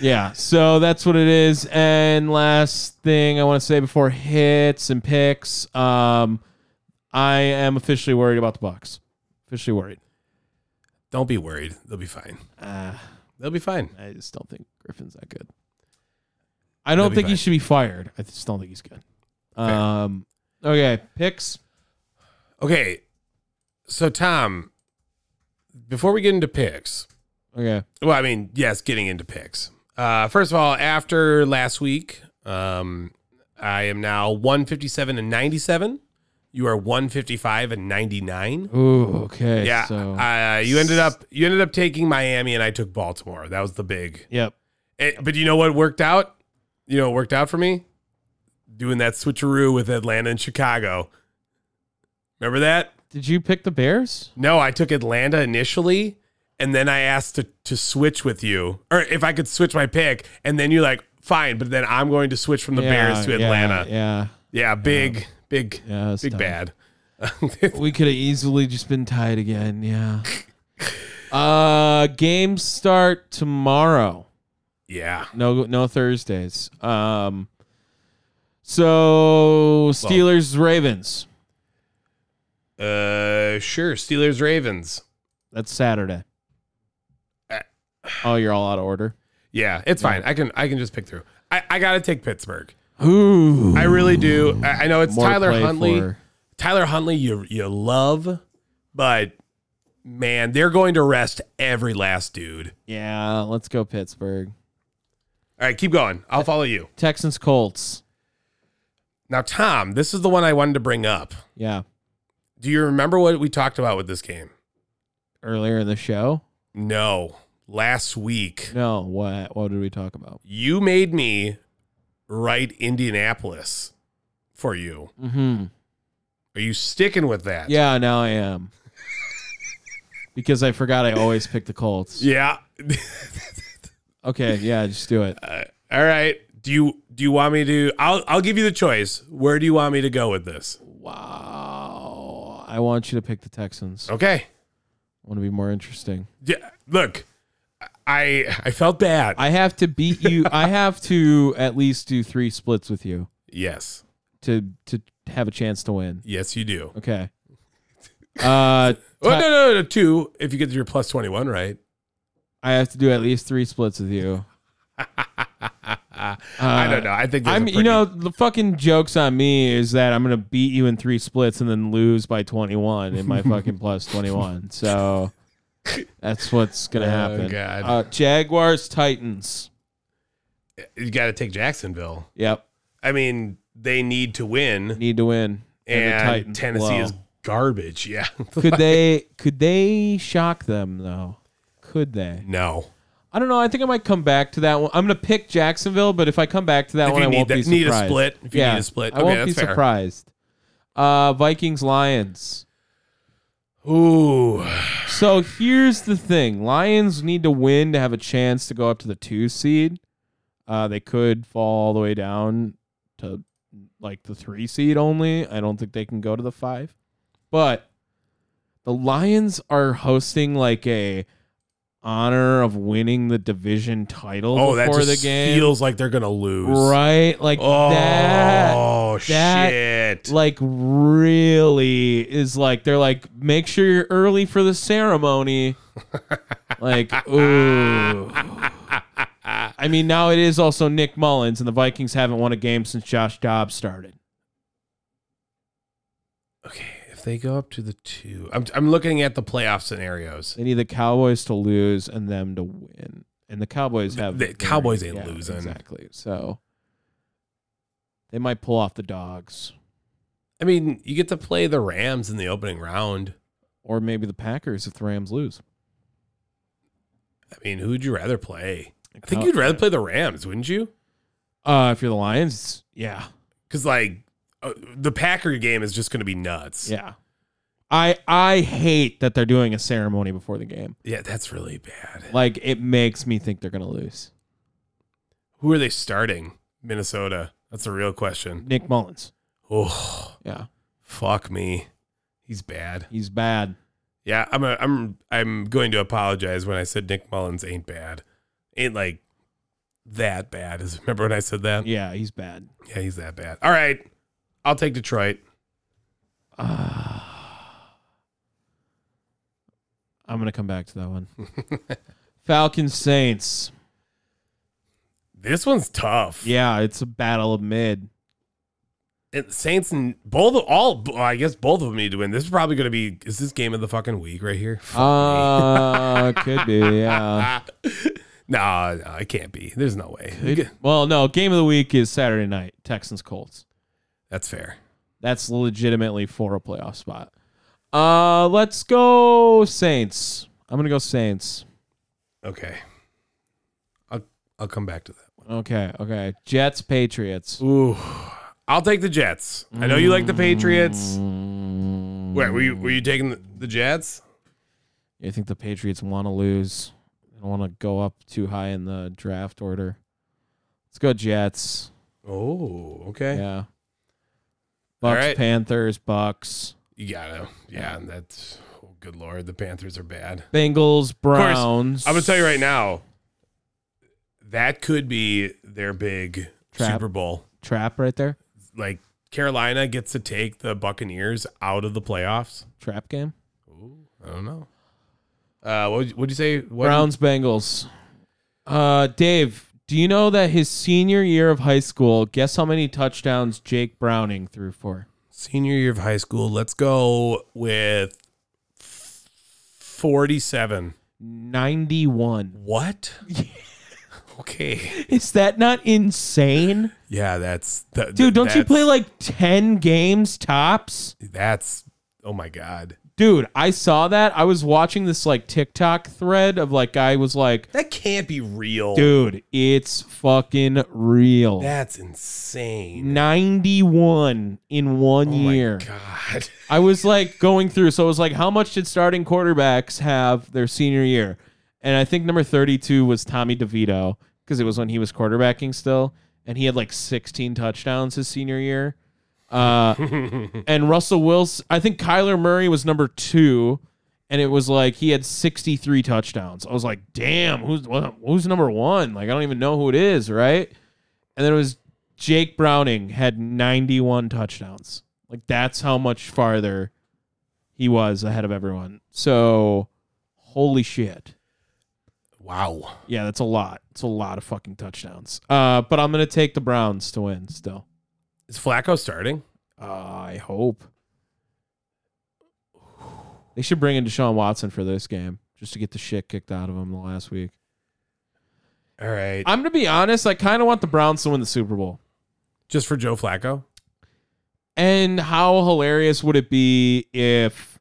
Yeah, so that's what it is. And last thing I want to say before hits and picks, um, I am officially worried about the Bucks. Officially worried.
Don't be worried. They'll be fine. Ah. They'll be fine.
I just don't think Griffin's that good. I don't
be
think he
fine.
should be fired. I just don't think he's good. Um, okay, picks.
Okay. So Tom, before we get into picks,
Okay,
Well, I mean, yes, getting into picks. Uh, first of all, after last week, um, I am now 157 and 97. You are 155 and 99.
ooh, okay.
Yeah,
so
uh, you ended up you ended up taking Miami, and I took Baltimore. That was the big.
yep.
eh, but you know what worked out? You know what worked out for me? Doing that switcheroo with Atlanta and Chicago. Remember that?
Did you pick the Bears?
No, I took Atlanta initially, and then I asked to, to switch with you, or if I could switch my pick, and then you're like, fine, but then I'm going to switch from the Bears to
Yeah,
Atlanta. Yeah,
Yeah,
big, big,
yeah. yeah it's
big
tough.
bad.
we could have easily just been tied again. Yeah. Uh, games start tomorrow.
yeah,
No, no Thursdays. Um, so Steelers Ravens.
uh, sure. Steelers Ravens.
That's Saturday.
Uh.
Oh, you're all out of order.
Yeah, it's fine. I can I can just pick through. I, I gotta take Pittsburgh.
Ooh,
I really do. I, I know it's
More
Tyler
play
Huntley.
for-
Tyler Huntley, you you love, but man, they're going to rest every last dude.
yeah, let's go Pittsburgh.
All right, keep going. I'll follow you.
Texans Colts.
Now, Tom, this is the one I wanted to bring up.
Yeah,
Do you remember what we talked about with this game?
earlier in the show.
No. Last week,
No, what? What did we talk about?
you made me write Indianapolis for you.
Mm-hmm.
Are you sticking with that?
Yeah, now I am. because I forgot I always pick the Colts.
Yeah. <laughs>
Okay, yeah, just do it.
All right. Do you do you want me to I'll I'll give you the choice. Where do you want me to go with this?
Wow. I want you to pick the Texans. I
Okay.
want to be more interesting.
Yeah. Look, I I felt bad.
I have to beat you. I have to at least do three splits with you
yes.
to to have a chance to win.
Yes, you do.
Okay. Uh
<laughs> Oh, no, no, no, two. If you get your plus 21 right.
I have to do at least three splits with you.
<laughs> I don't know. I think there's a
Uh, I'm you
pretty-
know, the fucking jokes on me is that I'm gonna beat you in three splits and then lose by twenty one in my
<laughs>
fucking plus twenty one. So that's what's gonna happen.
Oh, God.
Uh, Jaguars Titans.
you got to take Jacksonville.
Yep.
I mean, they need to win,
Need to win. the
and
Titans
Tennessee
blow.
is <laughs> garbage. Yeah, <laughs>
Could they could they shock them though? Could they?
no.
I don't know. I think I might come back to that one. I'm gonna pick Jacksonville, but if I come back to that
If
one,
you
I
need
won't
that-
be surprised.
need a split, if you
yeah,
need a split.
I
Okay,
won't
that's
be
fair.
surprised. Uh, Vikings Lions.
Ooh,
So here's the thing: Lions need to win to have a chance to go up to the two seed. Uh, they could fall all the way down to like the three seed only. I don't think they can go to the five, but the Lions are hosting like a honor of winning the division title
oh, that
before
just
the game,
feels like they're gonna lose.
right? Like
Oh
that that-
shit.
like really is like they're like make sure you're early for the
<laughs>
ceremony like ooh i mean now it is also nick mullins and the vikings haven't won a game since josh dobbs started
<laughs> okay, if they go up to the two, I'm I'm looking at the playoff scenarios.
they need the cowboys to lose and them to win and the cowboys have
The- the Cowboys ain't losing.
exactly so They might pull off the dogs
I mean, you get to play the Rams in the opening round.
or maybe the Packers if the Rams lose.
I mean, who would you rather play? I think you'd rather play the Rams, wouldn't you?
Uh, if you're the Lions, yeah,
Because like uh, the Packer game is just going to be nuts.
yeah. I I hate that they're doing a ceremony before the game.
yeah, that's really bad.
Like it makes me think they're gonna lose.
Who are they starting? Minnesota. That's a real question.
Nick Mullins,
Oh,
yeah,
fuck me. He's bad.
he's bad.
Yeah, I'm a, I'm I'm going to apologize when I said Nick Mullins ain't bad. Ain't like that bad. Is remember when I said that?
Yeah, he's bad. <sighs>
Yeah, he's that bad. All right. I'll take Detroit.
I'm gonna come back to that one. Falcons Saints.
This one's tough.
Yeah, it's a battle of mid.
It, Saints and both of all well, I guess both of them need to win. This is probably going to be is this game of the fucking week right here? <laughs> Fuck
Uh, could be.
me.
Yeah.
no, no, it can't be. There's no way.
Well, no. Game of the week is Saturday night. Texans Colts.
That's fair.
That's legitimately for a playoff spot. Uh, let's go Saints. I'm gonna go Saints.
Okay. I'll I'll come back to that.
Okay, okay. Jets Patriots.
Ooh, I'll take the Jets. I know you like the Patriots. Wait, were you were you taking the, the Jets?
I think the Patriots want to lose. They don't want to go up too high in the draft order. Let's go Jets.
Oh, okay.
Yeah.
All
Bucks
right.
Panthers Bucks
You gotta, yeah. and That's oh, good lord. The Panthers are bad.
Bengals Browns.
I'm gonna tell you right now. That could be their big
Trap.
Super Bowl.
trap right there.
Like Carolina gets to take the Buccaneers out of the playoffs.
Trap game.
I don't know. Uh, what would you say? What,
Browns Bengals. Uh, Dave, do you know that his senior year of high school? Guess how many touchdowns Jake Browning threw for?
senior year of high school. Let's go with f- 47.
Ninety-one.
What? <laughs> okay.
Is that not insane,
Yeah, that's that,
dude? Don't you
that's-
play like ten games tops?
That's oh my god.
Dude, I saw that. I was watching this like TikTok thread of like guy was like,
That can't be real.
dude, it's fucking real.
That's insane.
91 in one
Oh my
year.
god. <laughs>
I was like going through. So it was like, how much did starting quarterbacks have their senior year? And I think number 32 was Tommy DeVito because it was when he was quarterbacking still. And he had like 16 touchdowns his senior year. Uh, and Russell Wilson, I think Kyler Murray was number two. And it was like he had 63 touchdowns. I was like, damn, who's what- who's number one? Like, I don't even know who it is, right? And then it was Jake Browning had 91 touchdowns. Like that's how much farther he was ahead of everyone. So holy shit.
Wow.
Yeah, that's a lot. It's a lot of fucking touchdowns. Uh, but I'm gonna take the Browns to win still.
Is Flacco starting?
Uh, I hope. They should bring in Deshaun Watson for this game just to get the shit kicked out of him the last week.
All right.
I'm gonna be honest, I kinda want the Browns to win the Super Bowl.
Just for Joe Flacco?
And how hilarious would it be if,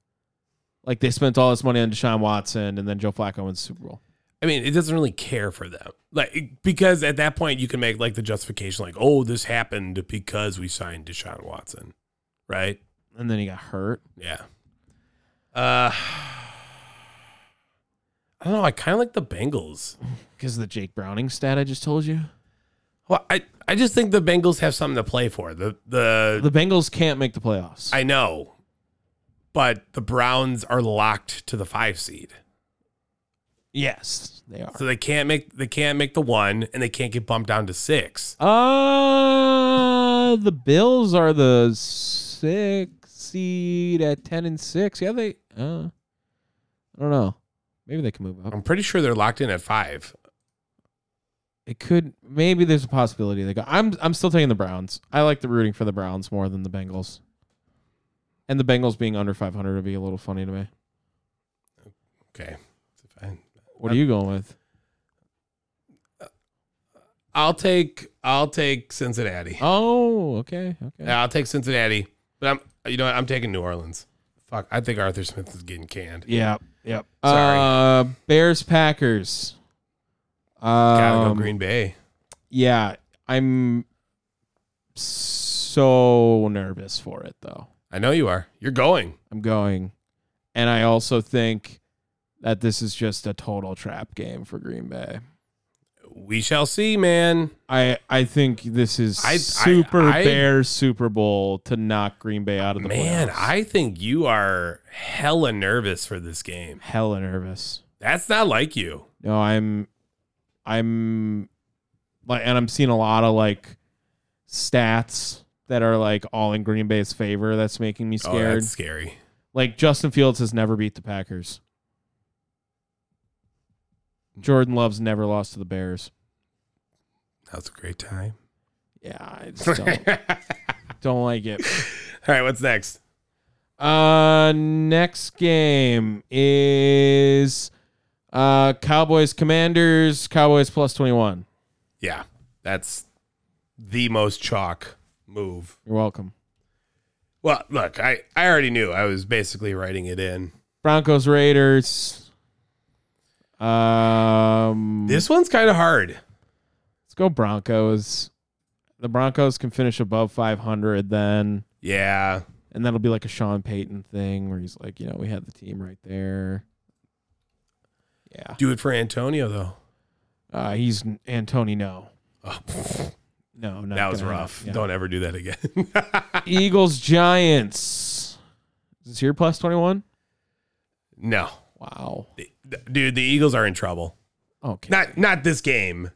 like, they spent all this money on Deshaun Watson and then Joe Flacco wins the Super Bowl?
I mean, it doesn't really care for them. Like it- because at that point you can make like the justification like, "Oh, this happened because we signed Deshaun Watson." Right?
And then he got hurt.
Yeah. Uh I don't know. I kind of like the Bengals.
Because of the Jake Browning stat I just told you.
Well, I, I just think the Bengals have something to play for. The the
The Bengals can't make the playoffs.
I know, but the Browns are locked to the five seed,
yes, they are.
so they can't make they can't make the one, and they can't get bumped down to six.
Uh, the Bills are the six seed at 10 and 6. Yeah, they, uh, I don't know. Maybe they can move up.
I'm pretty sure they're locked in at five.
It could maybe there's a possibility they go. I'm I'm still taking the Browns. I like the rooting for the Browns more than the Bengals. And the Bengals being under 500 would be a little funny to me.
Okay,
What are you going with?
I'll take I'll take Cincinnati.
Oh, okay, okay.
Yeah, I'll take Cincinnati. But I'm you know what? I'm taking New Orleans. Fuck, I think Arthur Smith is getting canned.
Yeah, yep.
Sorry.
Uh, Bears Packers.
Gotta
Um,
go Green Bay.
Yeah, I'm so nervous for it though.
I know you are. You're going.
I'm going, and I also think that this is just a total trap game for Green Bay.
We shall see, man.
I I think this is
I- I-
super
I-
Bears Super Bowl to knock Green Bay out of the
Man,
playoffs.
I think you are hella nervous for this game.
hella nervous.
That's not like you.
No, I'm I'm like and I'm seeing a lot of like stats that are like all in Green Bay's favor that's making me
Oh,
scared.
that's scary.
like Justin Fields has never beat the Packers. Jordan Love's never lost to the Bears.
That was a great time.
Yeah, I just
<laughs> All <laughs>
don't, don't like it.
right, what's next?
Uh, next game is uh Cowboys Commanders. Cowboys plus twenty one.
Yeah, that's the most chalk move.
You're welcome.
Well, look, I, I already knew. I was basically writing it in.
Hmm. Broncos Raiders. Um,
This one's kind of hard.
let's go Broncos. The Broncos can finish above five hundred then,
Yeah.
and that'll be like a Sean Payton thing where he's like, you know, we had the team right there. Yeah,
Do it for Antonio, though.
uh, he's Antony. No,
Oh,
no, not
that was
gonna-
rough.
yeah.
Don't ever do that again. <laughs>
Eagles Giants. Is this your plus twenty one?
no.
Wow.
The- Dude, the Eagles are in trouble.
Okay.
Not not this game.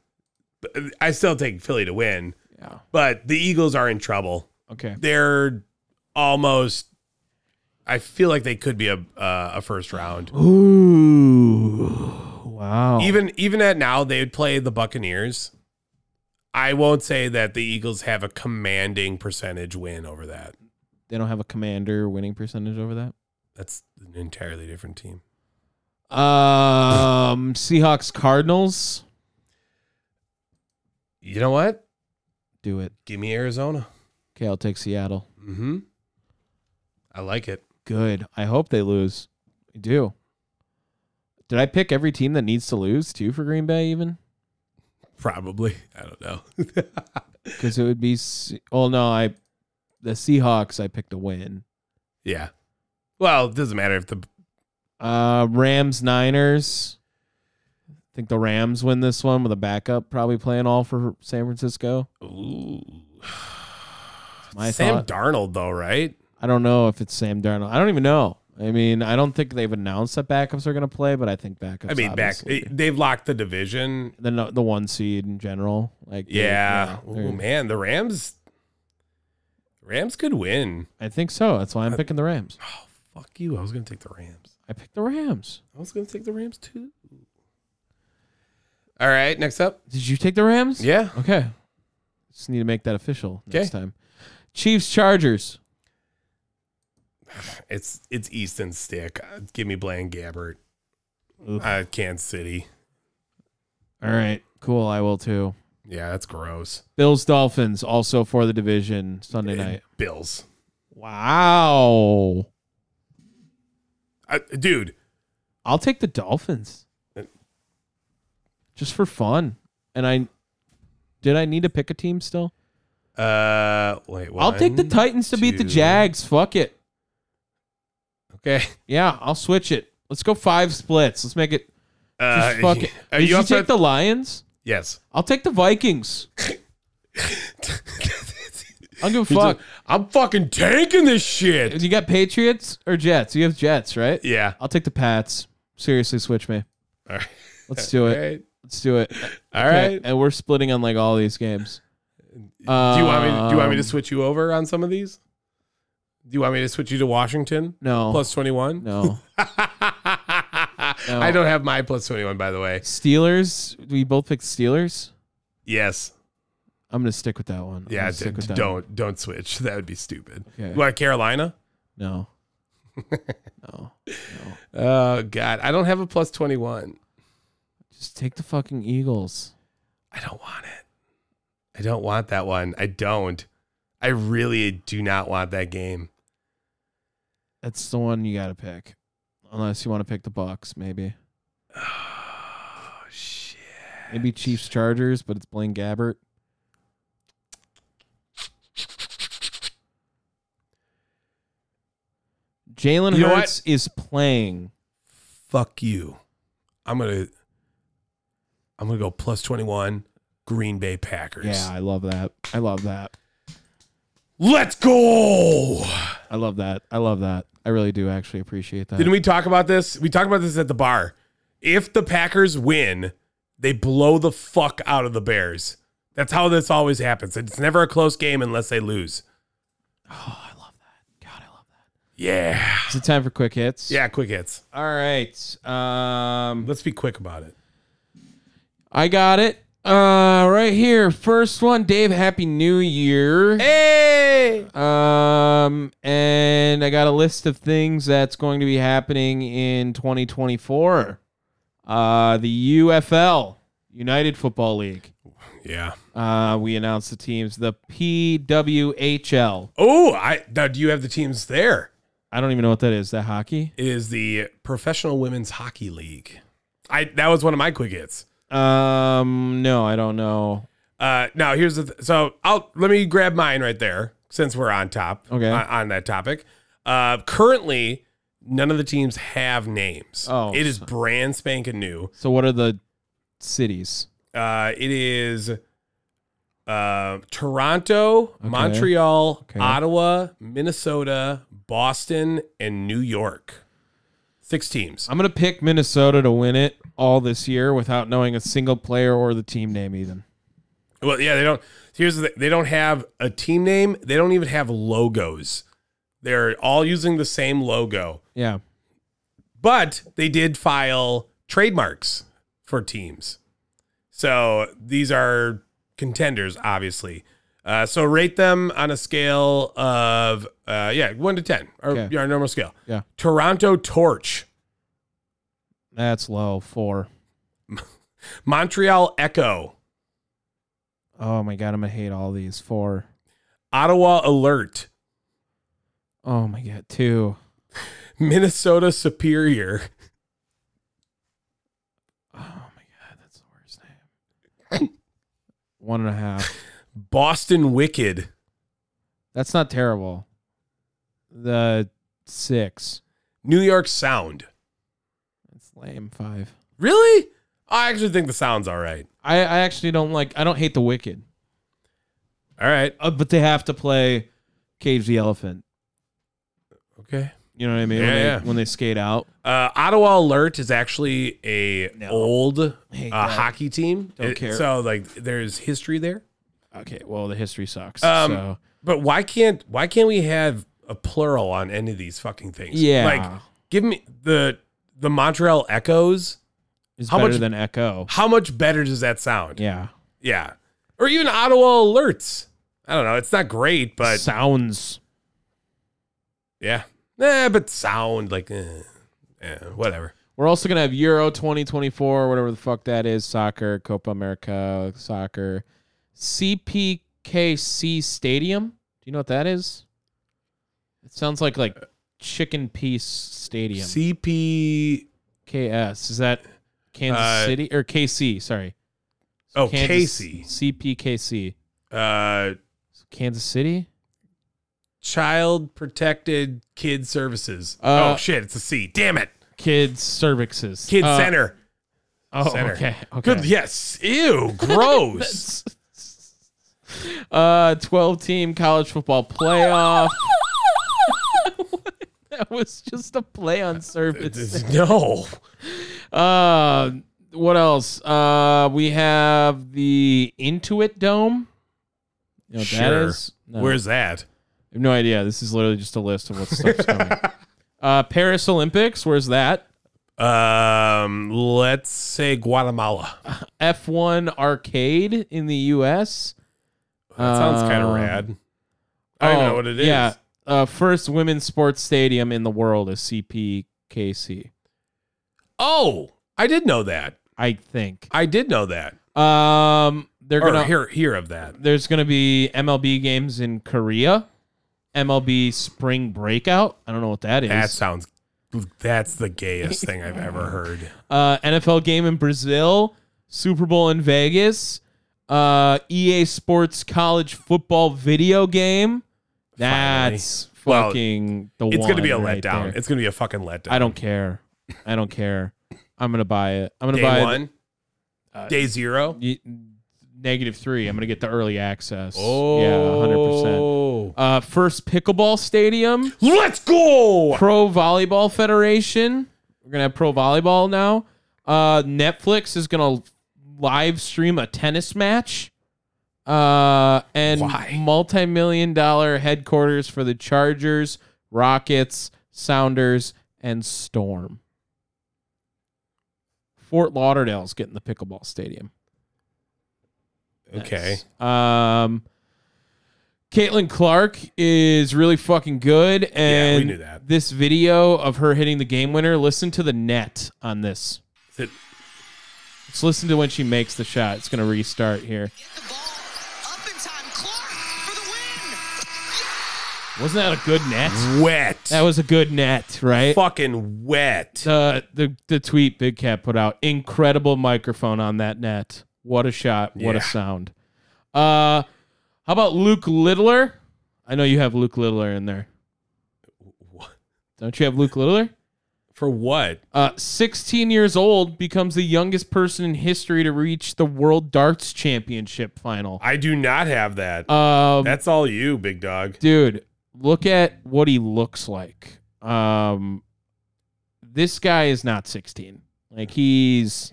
But I still take Philly to win,
yeah.
but the Eagles are in trouble.
Okay.
They're almost I feel like they could be a uh, a first round.
Ooh. Wow.
Even even at now, they would play the Buccaneers. I won't say that the Eagles have a commanding percentage win over that.
they don't have a commander winning percentage over that.
That's an entirely different team.
Um, Seahawks Cardinals.
You know what?
Do it.
Give me Arizona.
Okay, I'll take Seattle.
Mm-hmm. I like it.
Good. I hope they lose. I do. Did I pick every team that needs to lose too for Green Bay even?
Probably. I don't know. <laughs>
Because it would be. Se- Oh no, I the Seahawks. I picked a win.
yeah. Well, it doesn't matter if the
Uh, Rams Niners. I think the Rams win this one with a backup probably playing all for San Francisco.
Ooh.
My
Sam
thought.
Darnold though, right?
I don't know if it's Sam Darnold. I don't even know. I mean, I don't think they've announced that backups are going to play, but I think backups.
I mean,
obviously.
back eh, they've locked the division.
the no- the one seed in general. Like they-
Yeah.
yeah,
Ooh,
they're-
man, the Rams Rams could win.
I think so. That's why I'm picking the Rams.
Oh, fuck you. I was going to take the Rams.
I picked the Rams.
I was going to take the Rams too. All right, next up.
Did you take the Rams?
Yeah.
Okay. Just need to make that official next
Okay.
time. Chiefs Chargers.
It's it's Easton Stick. Uh, Give me Blaine Gabbert.
Oof.
Uh, Kansas City.
All right. Cool. I will too.
Yeah, that's gross.
Bills Dolphins also for the division Sunday
And
night.
Bills.
Wow.
Uh, dude,
I'll take the Dolphins.
Uh,
Just for fun. And I did I need to pick a team still?
uh wait,
I'll take the
one,
Titans to beat the
two.
Jags. Fuck it.
Okay.
Yeah, I'll switch it. Let's go five splits. Let's make it just fuck it.
<laughs> Are
Did
Uh, you,
you,
up
take
for,
the Lions? <laughs>
Yes.
I'll take the Vikings. I'll give a fuck.
I'm fucking tanking this shit.
You got Patriots or Jets? You have Jets, right?
Yeah.
I'll take the Pats. Seriously, switch me.
All right.
Let's do
<laughs>
it. Let's do it.
All
Okay,
right.
And we're splitting on like all these games.
Do you want me? Do you want me to
Um,
switch you over on some of these? Do you want me to switch you to Washington
No.
plus twenty one? <laughs>
no.
I don't have my plus twenty one, by the way.
Steelers. We both picked Steelers.
Yes.
I'm gonna stick with that one. I'm
Yeah.
gonna
d-
stick with that one.
don't don't switch. <laughs> That would be stupid.
Okay.
What Carolina? <laughs>
No. no.
Oh God, I don't have a plus twenty one.
Just take the fucking Eagles.
I don't want it. I don't want that one. I don't. I really do not want that game.
That's the one you gotta pick, unless you want to pick the Bucks. Maybe,
Oh shit.
maybe Chiefs Chargers, but it's Blaine Gabbert. Jalen
You know what?
Hurts is playing.
Fuck you. I'm gonna I'm gonna go plus twenty one Green Bay Packers.
Yeah, I love that. I love that.
Let's go.
I love that. I love that. I really do actually appreciate that.
Didn't we talk about this? We talked about this at the bar. If the Packers win, they blow the fuck out of the Bears. That's how this always happens. It's never a close game unless they lose.
oh, I love that. God, I love that.
Yeah.
Is it time for quick hits?
Yeah, quick hits.
All right. Um,
Let's be quick about it.
I got it. Uh, right here. First one, Dave. Happy New Year.
Hey.
Um, and I got a list of things that's going to be happening in 2024. Uh, the UFL, United Football League.
Yeah.
Uh, we announced the teams. The PWHL.
Oh, I now do you have the teams there?
I don't even know what that is. Is That hockey.
It is the Professional Women's Hockey League. I that was one of my quick hits.
Um, no, I don't know.
Uh, now here's the th- so I'll let me grab mine right there since we're on top.
Okay.
On, on that topic, uh, currently none of the teams have names.
Oh.
it is brand spanking new.
So what are the cities?
Uh, it is uh, Toronto, Montreal,
Okay.
Ottawa, Minnesota, Boston, and New York. Six teams.
I'm gonna pick Minnesota to win it all this year without knowing a single player or the team name even.
Well, yeah, they don't. Here's the, they don't have a team name. They don't even have logos. They're all using the same logo,
Yeah.
but they did file trademarks for teams. So these are contenders, obviously. Uh, so rate them on a scale of uh, yeah, one to ten, or
Okay.
your normal scale.
Yeah.
Toronto Torch,
That's low. Four.
Montreal Echo,
Oh my god, I'm gonna hate all these. Four.
Ottawa Alert,
Oh my god, two.
Minnesota Superior.
Oh my god, that's the worst name. One and a half.
Boston Wicked,
That's not terrible. The six.
New York Sound.
That's lame. Five.
Really? I actually think the sound's all right.
I, I actually don't like I don't hate the wicked.
All right.
Uh, but they have to play Cage the Elephant.
Okay.
You know what I mean? when,
Yeah,
they,
yeah.
when they skate out.
Uh, Ottawa Alert is actually a
No.
old uh,
Hate that.
hockey team.
Don't
It-
care.
So like, there's history there.
Okay, well the history sucks.
Um,
so
But why can't why can't we have a plural on any of these fucking things?
Yeah.
Like, give me the the Montreal Echoes.
it's
how
better
much-
than Echo.
How much better does that sound?
Yeah.
Yeah. Or even Ottawa Alerts. I don't know. It's not great, but
Sounds.
yeah. Nah, but sound like, eh, eh, whatever.
We're also gonna have Euro 2024, whatever the fuck that is, soccer, Copa America, soccer, CPKC Stadium. Do you know what that is? It sounds like like Chicken Piece Stadium.
CP.
KS is that Kansas
Uh,
City or KC? Sorry.
Oh,
Kansas-
KC.
CPKC.
Uh,
Kansas City.
Child Protected Kid Services.
Uh,
oh shit, it's a C. Damn it.
Kids Cervixes.
Kid
Uh,
Center.
Oh,
Center.
okay. Okay.
Good. Yes.
<laughs>
Ew. Gross.
uh, twelve team college football playoff. <laughs> that was just a play on
<laughs>
service.
no.
Uh, what else? Uh, we have the Intuit Dome. You know what that
Sure.
is? No.
Where's that?
I have no idea. This is literally just a list of what stuff's
<laughs>
coming. Uh, Paris Olympics. Where's that?
Um. Let's say Guatemala. <laughs> That
F1 Arcade in the U.S.
sounds kind of
Um,
rad. I don't even know
Oh,
what it is.
Yeah. Uh, first women's sports stadium in the world is CPKC,
Oh, I did know that.
I think.
I did know that.
Um, they're
or
gonna
hear hear of that.
there's gonna be MLB games in Korea, MLB Spring Breakout. I don't know what that is.
That sounds. That's the gayest thing I've ever
<laughs>
heard.
uh, NFL game in Brazil, Super Bowl in Vegas, uh, EA Sports college football video game. That's
Well,
fucking the
It's
one.
gonna be a
right
letdown.
there.
It's gonna be a fucking letdown.
I don't care. I don't care. I'm gonna buy it. I'm gonna buy
Day
it.
one, day zero.
Y- negative three. I'm gonna get the early access.
Oh,
yeah, hundred percent. Uh, first pickleball stadium,
Let's go.
pro volleyball federation. We're gonna have pro volleyball now. Uh, Netflix is gonna live stream a tennis match. Uh, and
Why?
multi-million dollar headquarters for the Chargers, Rockets, Sounders, and Storm. Fort Lauderdale's getting the pickleball stadium.
Okay.
Um, Caitlin Clark is really fucking good, and
knew that.
this video of her hitting the game winner. Listen to the net on this.
Is it-
Let's listen to when she makes the shot. It's gonna restart here.
Get the ball up in time. Clark for the win.
Wasn't that a good net?
wet.
That was a good net, right?
fucking wet.
The the the tweet Big Cat put out. Incredible microphone on that net. What a shot. What
Yeah.
a sound. Uh, how about Luke Littler? I know you have Luke Littler in there.
What?
Don't you have Luke Littler?
For what?
Uh, 16 years old becomes the youngest person in history to reach the World Darts Championship final.
I do not have that.
Um,
That's all you, big dog.
dude, look at what he looks like. Um, this guy is not 16. Like he's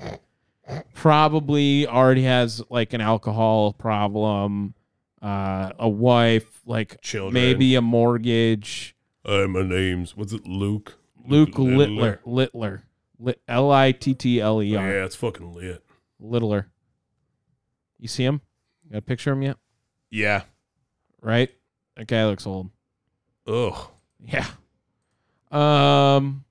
probably already has like an alcohol problem, uh, a wife, like
Children.
maybe a mortgage.
Uh, my name's what's it, Luke?
Luke Littler, Littler, Lit- L I T T L E R.
Yeah, it's fucking lit.
Littler. You see him? Got a picture of him yet?
Yeah.
Right? That guy looks old.
Ugh.
Yeah. Um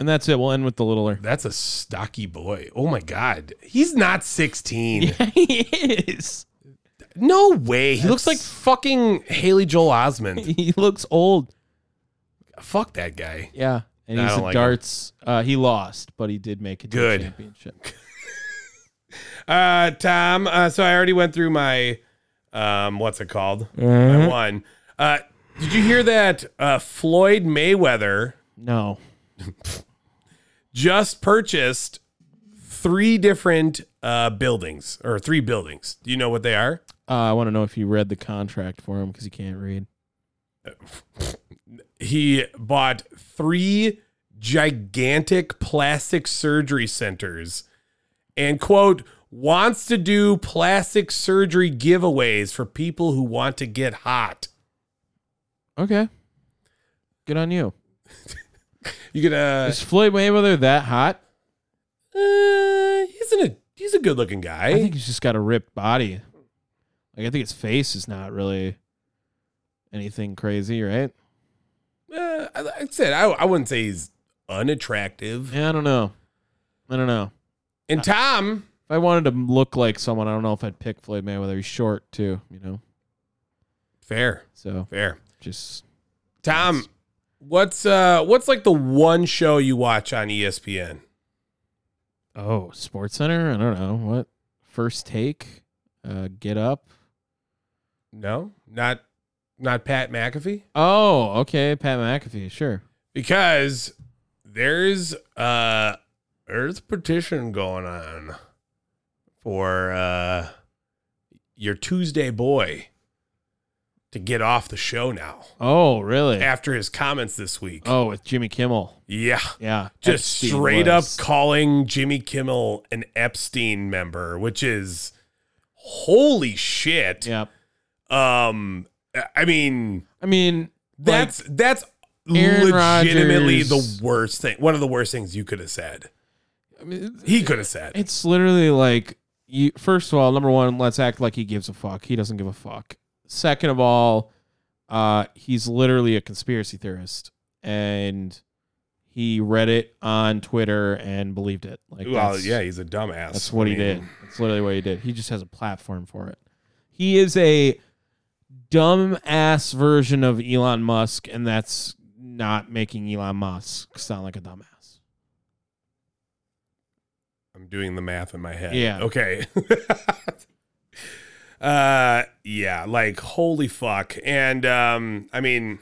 and that's it. We'll end with the littler.
That's a stocky boy. Oh my god. He's not 16.
<laughs> <laughs> he is.
No way. He looks like
That's-
fucking Haley
<laughs>
Joel Osment.
He looks old.
Fuck that guy.
Yeah. And
I
he's
don't
a
like him.
darts. Uh, he lost, but he did make it to
Good.
the championship.
Uh Tom, uh, so I already went through my um what's it called? I won. Uh did you hear that uh Floyd Mayweather
No.
just purchased three different uh, buildings or three buildings. Do you know what they are?
Uh, I want to know if you read the contract for him because he can't read.
He bought three gigantic plastic surgery centers and, quote, wants to do plastic surgery giveaways for people who want to get hot.
Okay. Good on you.
You could, uh,
Is Floyd Mayweather that hot?
uh he's, an, a, he's a good looking guy.
I think he's just got a ripped body. Like I think his face is not really anything crazy, right?
uh, I- like I said, I, I wouldn't say he's unattractive.
Yeah, I don't know. I don't know.
And Tom,
If I wanted to look like someone, I don't know if I'd pick Floyd Mayweather. He's short too, you know.
fair,
So
fair.
just
Tom, what's uh what's like the one show you watch on E ESPN?
oh, Sports Center. I don't know what first take. Uh, get up.
No, not not Pat McAfee
Oh, okay. Pat McAfee. Sure.
because there's uh there's a petition going on for uh your Tuesday boy to get off the show now
Oh, really?
after his comments this week.
Oh, with Jimmy Kimmel.
Yeah.
Yeah.
Just
Epstein
straight
was.
up calling Jimmy Kimmel an Epstein member, which is holy shit.
Yep.
Um, I mean,
I mean, like-
that's that's
Aaron
legitimately
Rodgers-
the worst thing. One of the worst things you could have said.
I mean,
He could have said.
It's literally like you. First of all, number one, let's act like he gives a fuck. He doesn't give a fuck. Second of all, uh, he's literally a conspiracy theorist, and he read it on Twitter and believed it. Like,
Well,
that's-
yeah, he's a dumbass.
That's what
I
he
mean,
did. That's literally what he did. He just has a platform for it. He is a dumb ass version of Elon Musk, and that's not making Elon Musk sound like a dumbass.
I'm doing the math in my head.
Yeah.
Okay. <laughs> uh yeah, like holy fuck. And um I mean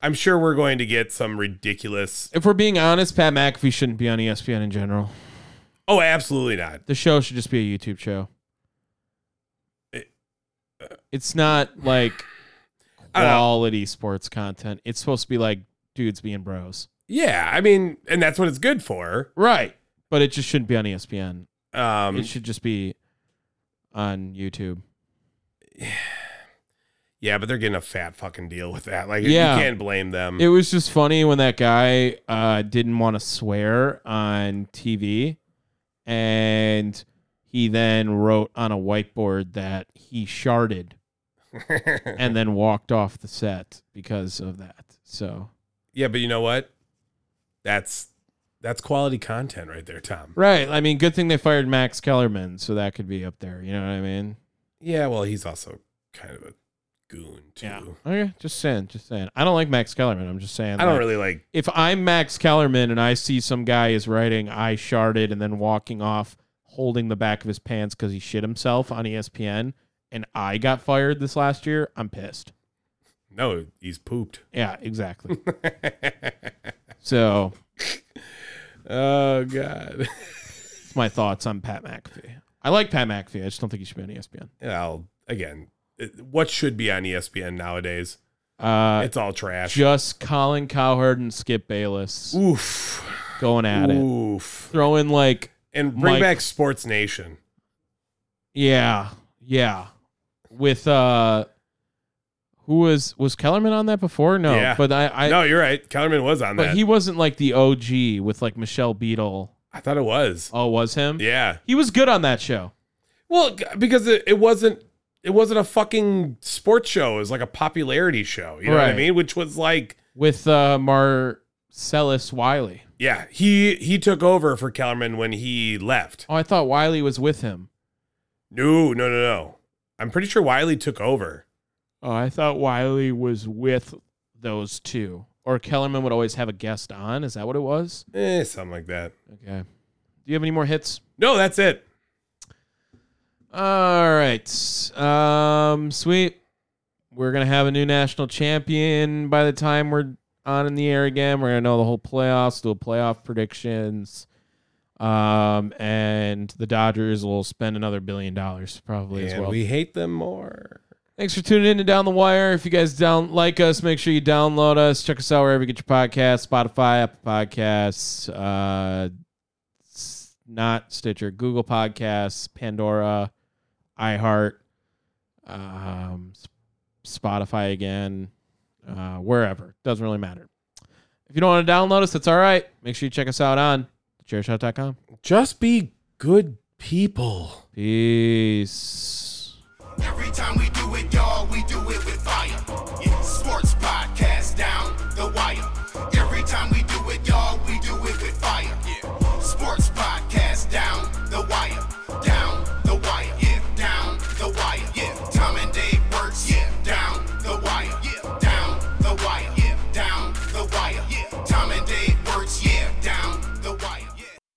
I'm sure we're going to get some ridiculous
If we're being honest, Pat McAfee shouldn't be on E ESPN in general.
Oh, absolutely not.
The show should just be a YouTube show. It's not like
uh, I don't know.
quality sports content. It's supposed to be like dudes being bros.
Yeah, I mean, and that's what it's good for.
Right. But it just shouldn't be on E ESPN.
Um
it should just be on YouTube.
yeah, but they're getting a fat fucking deal with that. Like
Yeah.
you can't blame them. <laughs>
It was just funny when that guy uh, didn't want to swear on TV, and he then wrote on a whiteboard that he sharded and then walked off the set because of that. So
yeah, but you know what? That's that's quality content right there, Tom.
right, I mean, good thing they fired Max Kellerman, so that could be up there. You know what I mean?
Yeah, well, he's also kind of a goon too.
Okay, just saying, just saying. I don't like Max Kellerman. I'm just saying.
I don't
like,
really like
if I'm Max Kellerman and I see some guy is writing I sharded and then walking off holding the back of his pants because he shit himself on E ESPN and I got fired this last year, I'm pissed.
No, he's pooped.
Yeah,
<laughs>
exactly. so
Oh God.
that's my thoughts on Pat McAfee. I like Pat McAfee. I just don't think he should be on E ESPN.
<laughs> well, again, it- what should be on E ESPN nowadays?
Uh,
It's all trash.
just Colin Cowherd and Skip Bayless
Oof.
going at it.
Oof.
Throwing like,
And bring
Mike-
back Sports Nation.
yeah, yeah. With uh who was was Kellerman on that before? No.
Yeah.
But I, I
no, you're right. Kellerman was on
But
that.
he wasn't like the OG with like Michelle Beadle.
I thought it was.
Oh, was him?
Yeah.
He was good on that show.
Well, g- because it, it wasn't it wasn't a fucking sports show. It was like a popularity show. You know what I
Right.
mean? Which was like
With uh Marcellus Wiley.
yeah, he he took over for Kellerman when he left.
Oh, I thought Wiley was with him.
No, no, no, no. I'm pretty sure Wiley took over.
Oh, I thought Wiley was with those two. Or Kellerman would always have a guest on. Is that what it was?
Eh, something like that.
Okay. Do you have any more hits?
No, that's it.
All right. Um, sweet. We're gonna have a new national champion by the time we're on in the air again. We're gonna know the whole playoffs, do playoff predictions. Um, and the Dodgers will spend another billion dollars probably as
And
well.
we hate them more.
Thanks for tuning in to Down the Wire. If you guys down like us, make sure you download us. Check us out wherever you get your podcasts: Spotify, Apple Podcasts, uh, s- not Stitcher, Google Podcasts, Pandora, iHeart, um, S- Spotify again, uh, wherever. Doesn't really matter. If you don't want to download us, that's all right. Make sure you check us out on thechairshot.com.
Just be good people.
Peace.
Every time we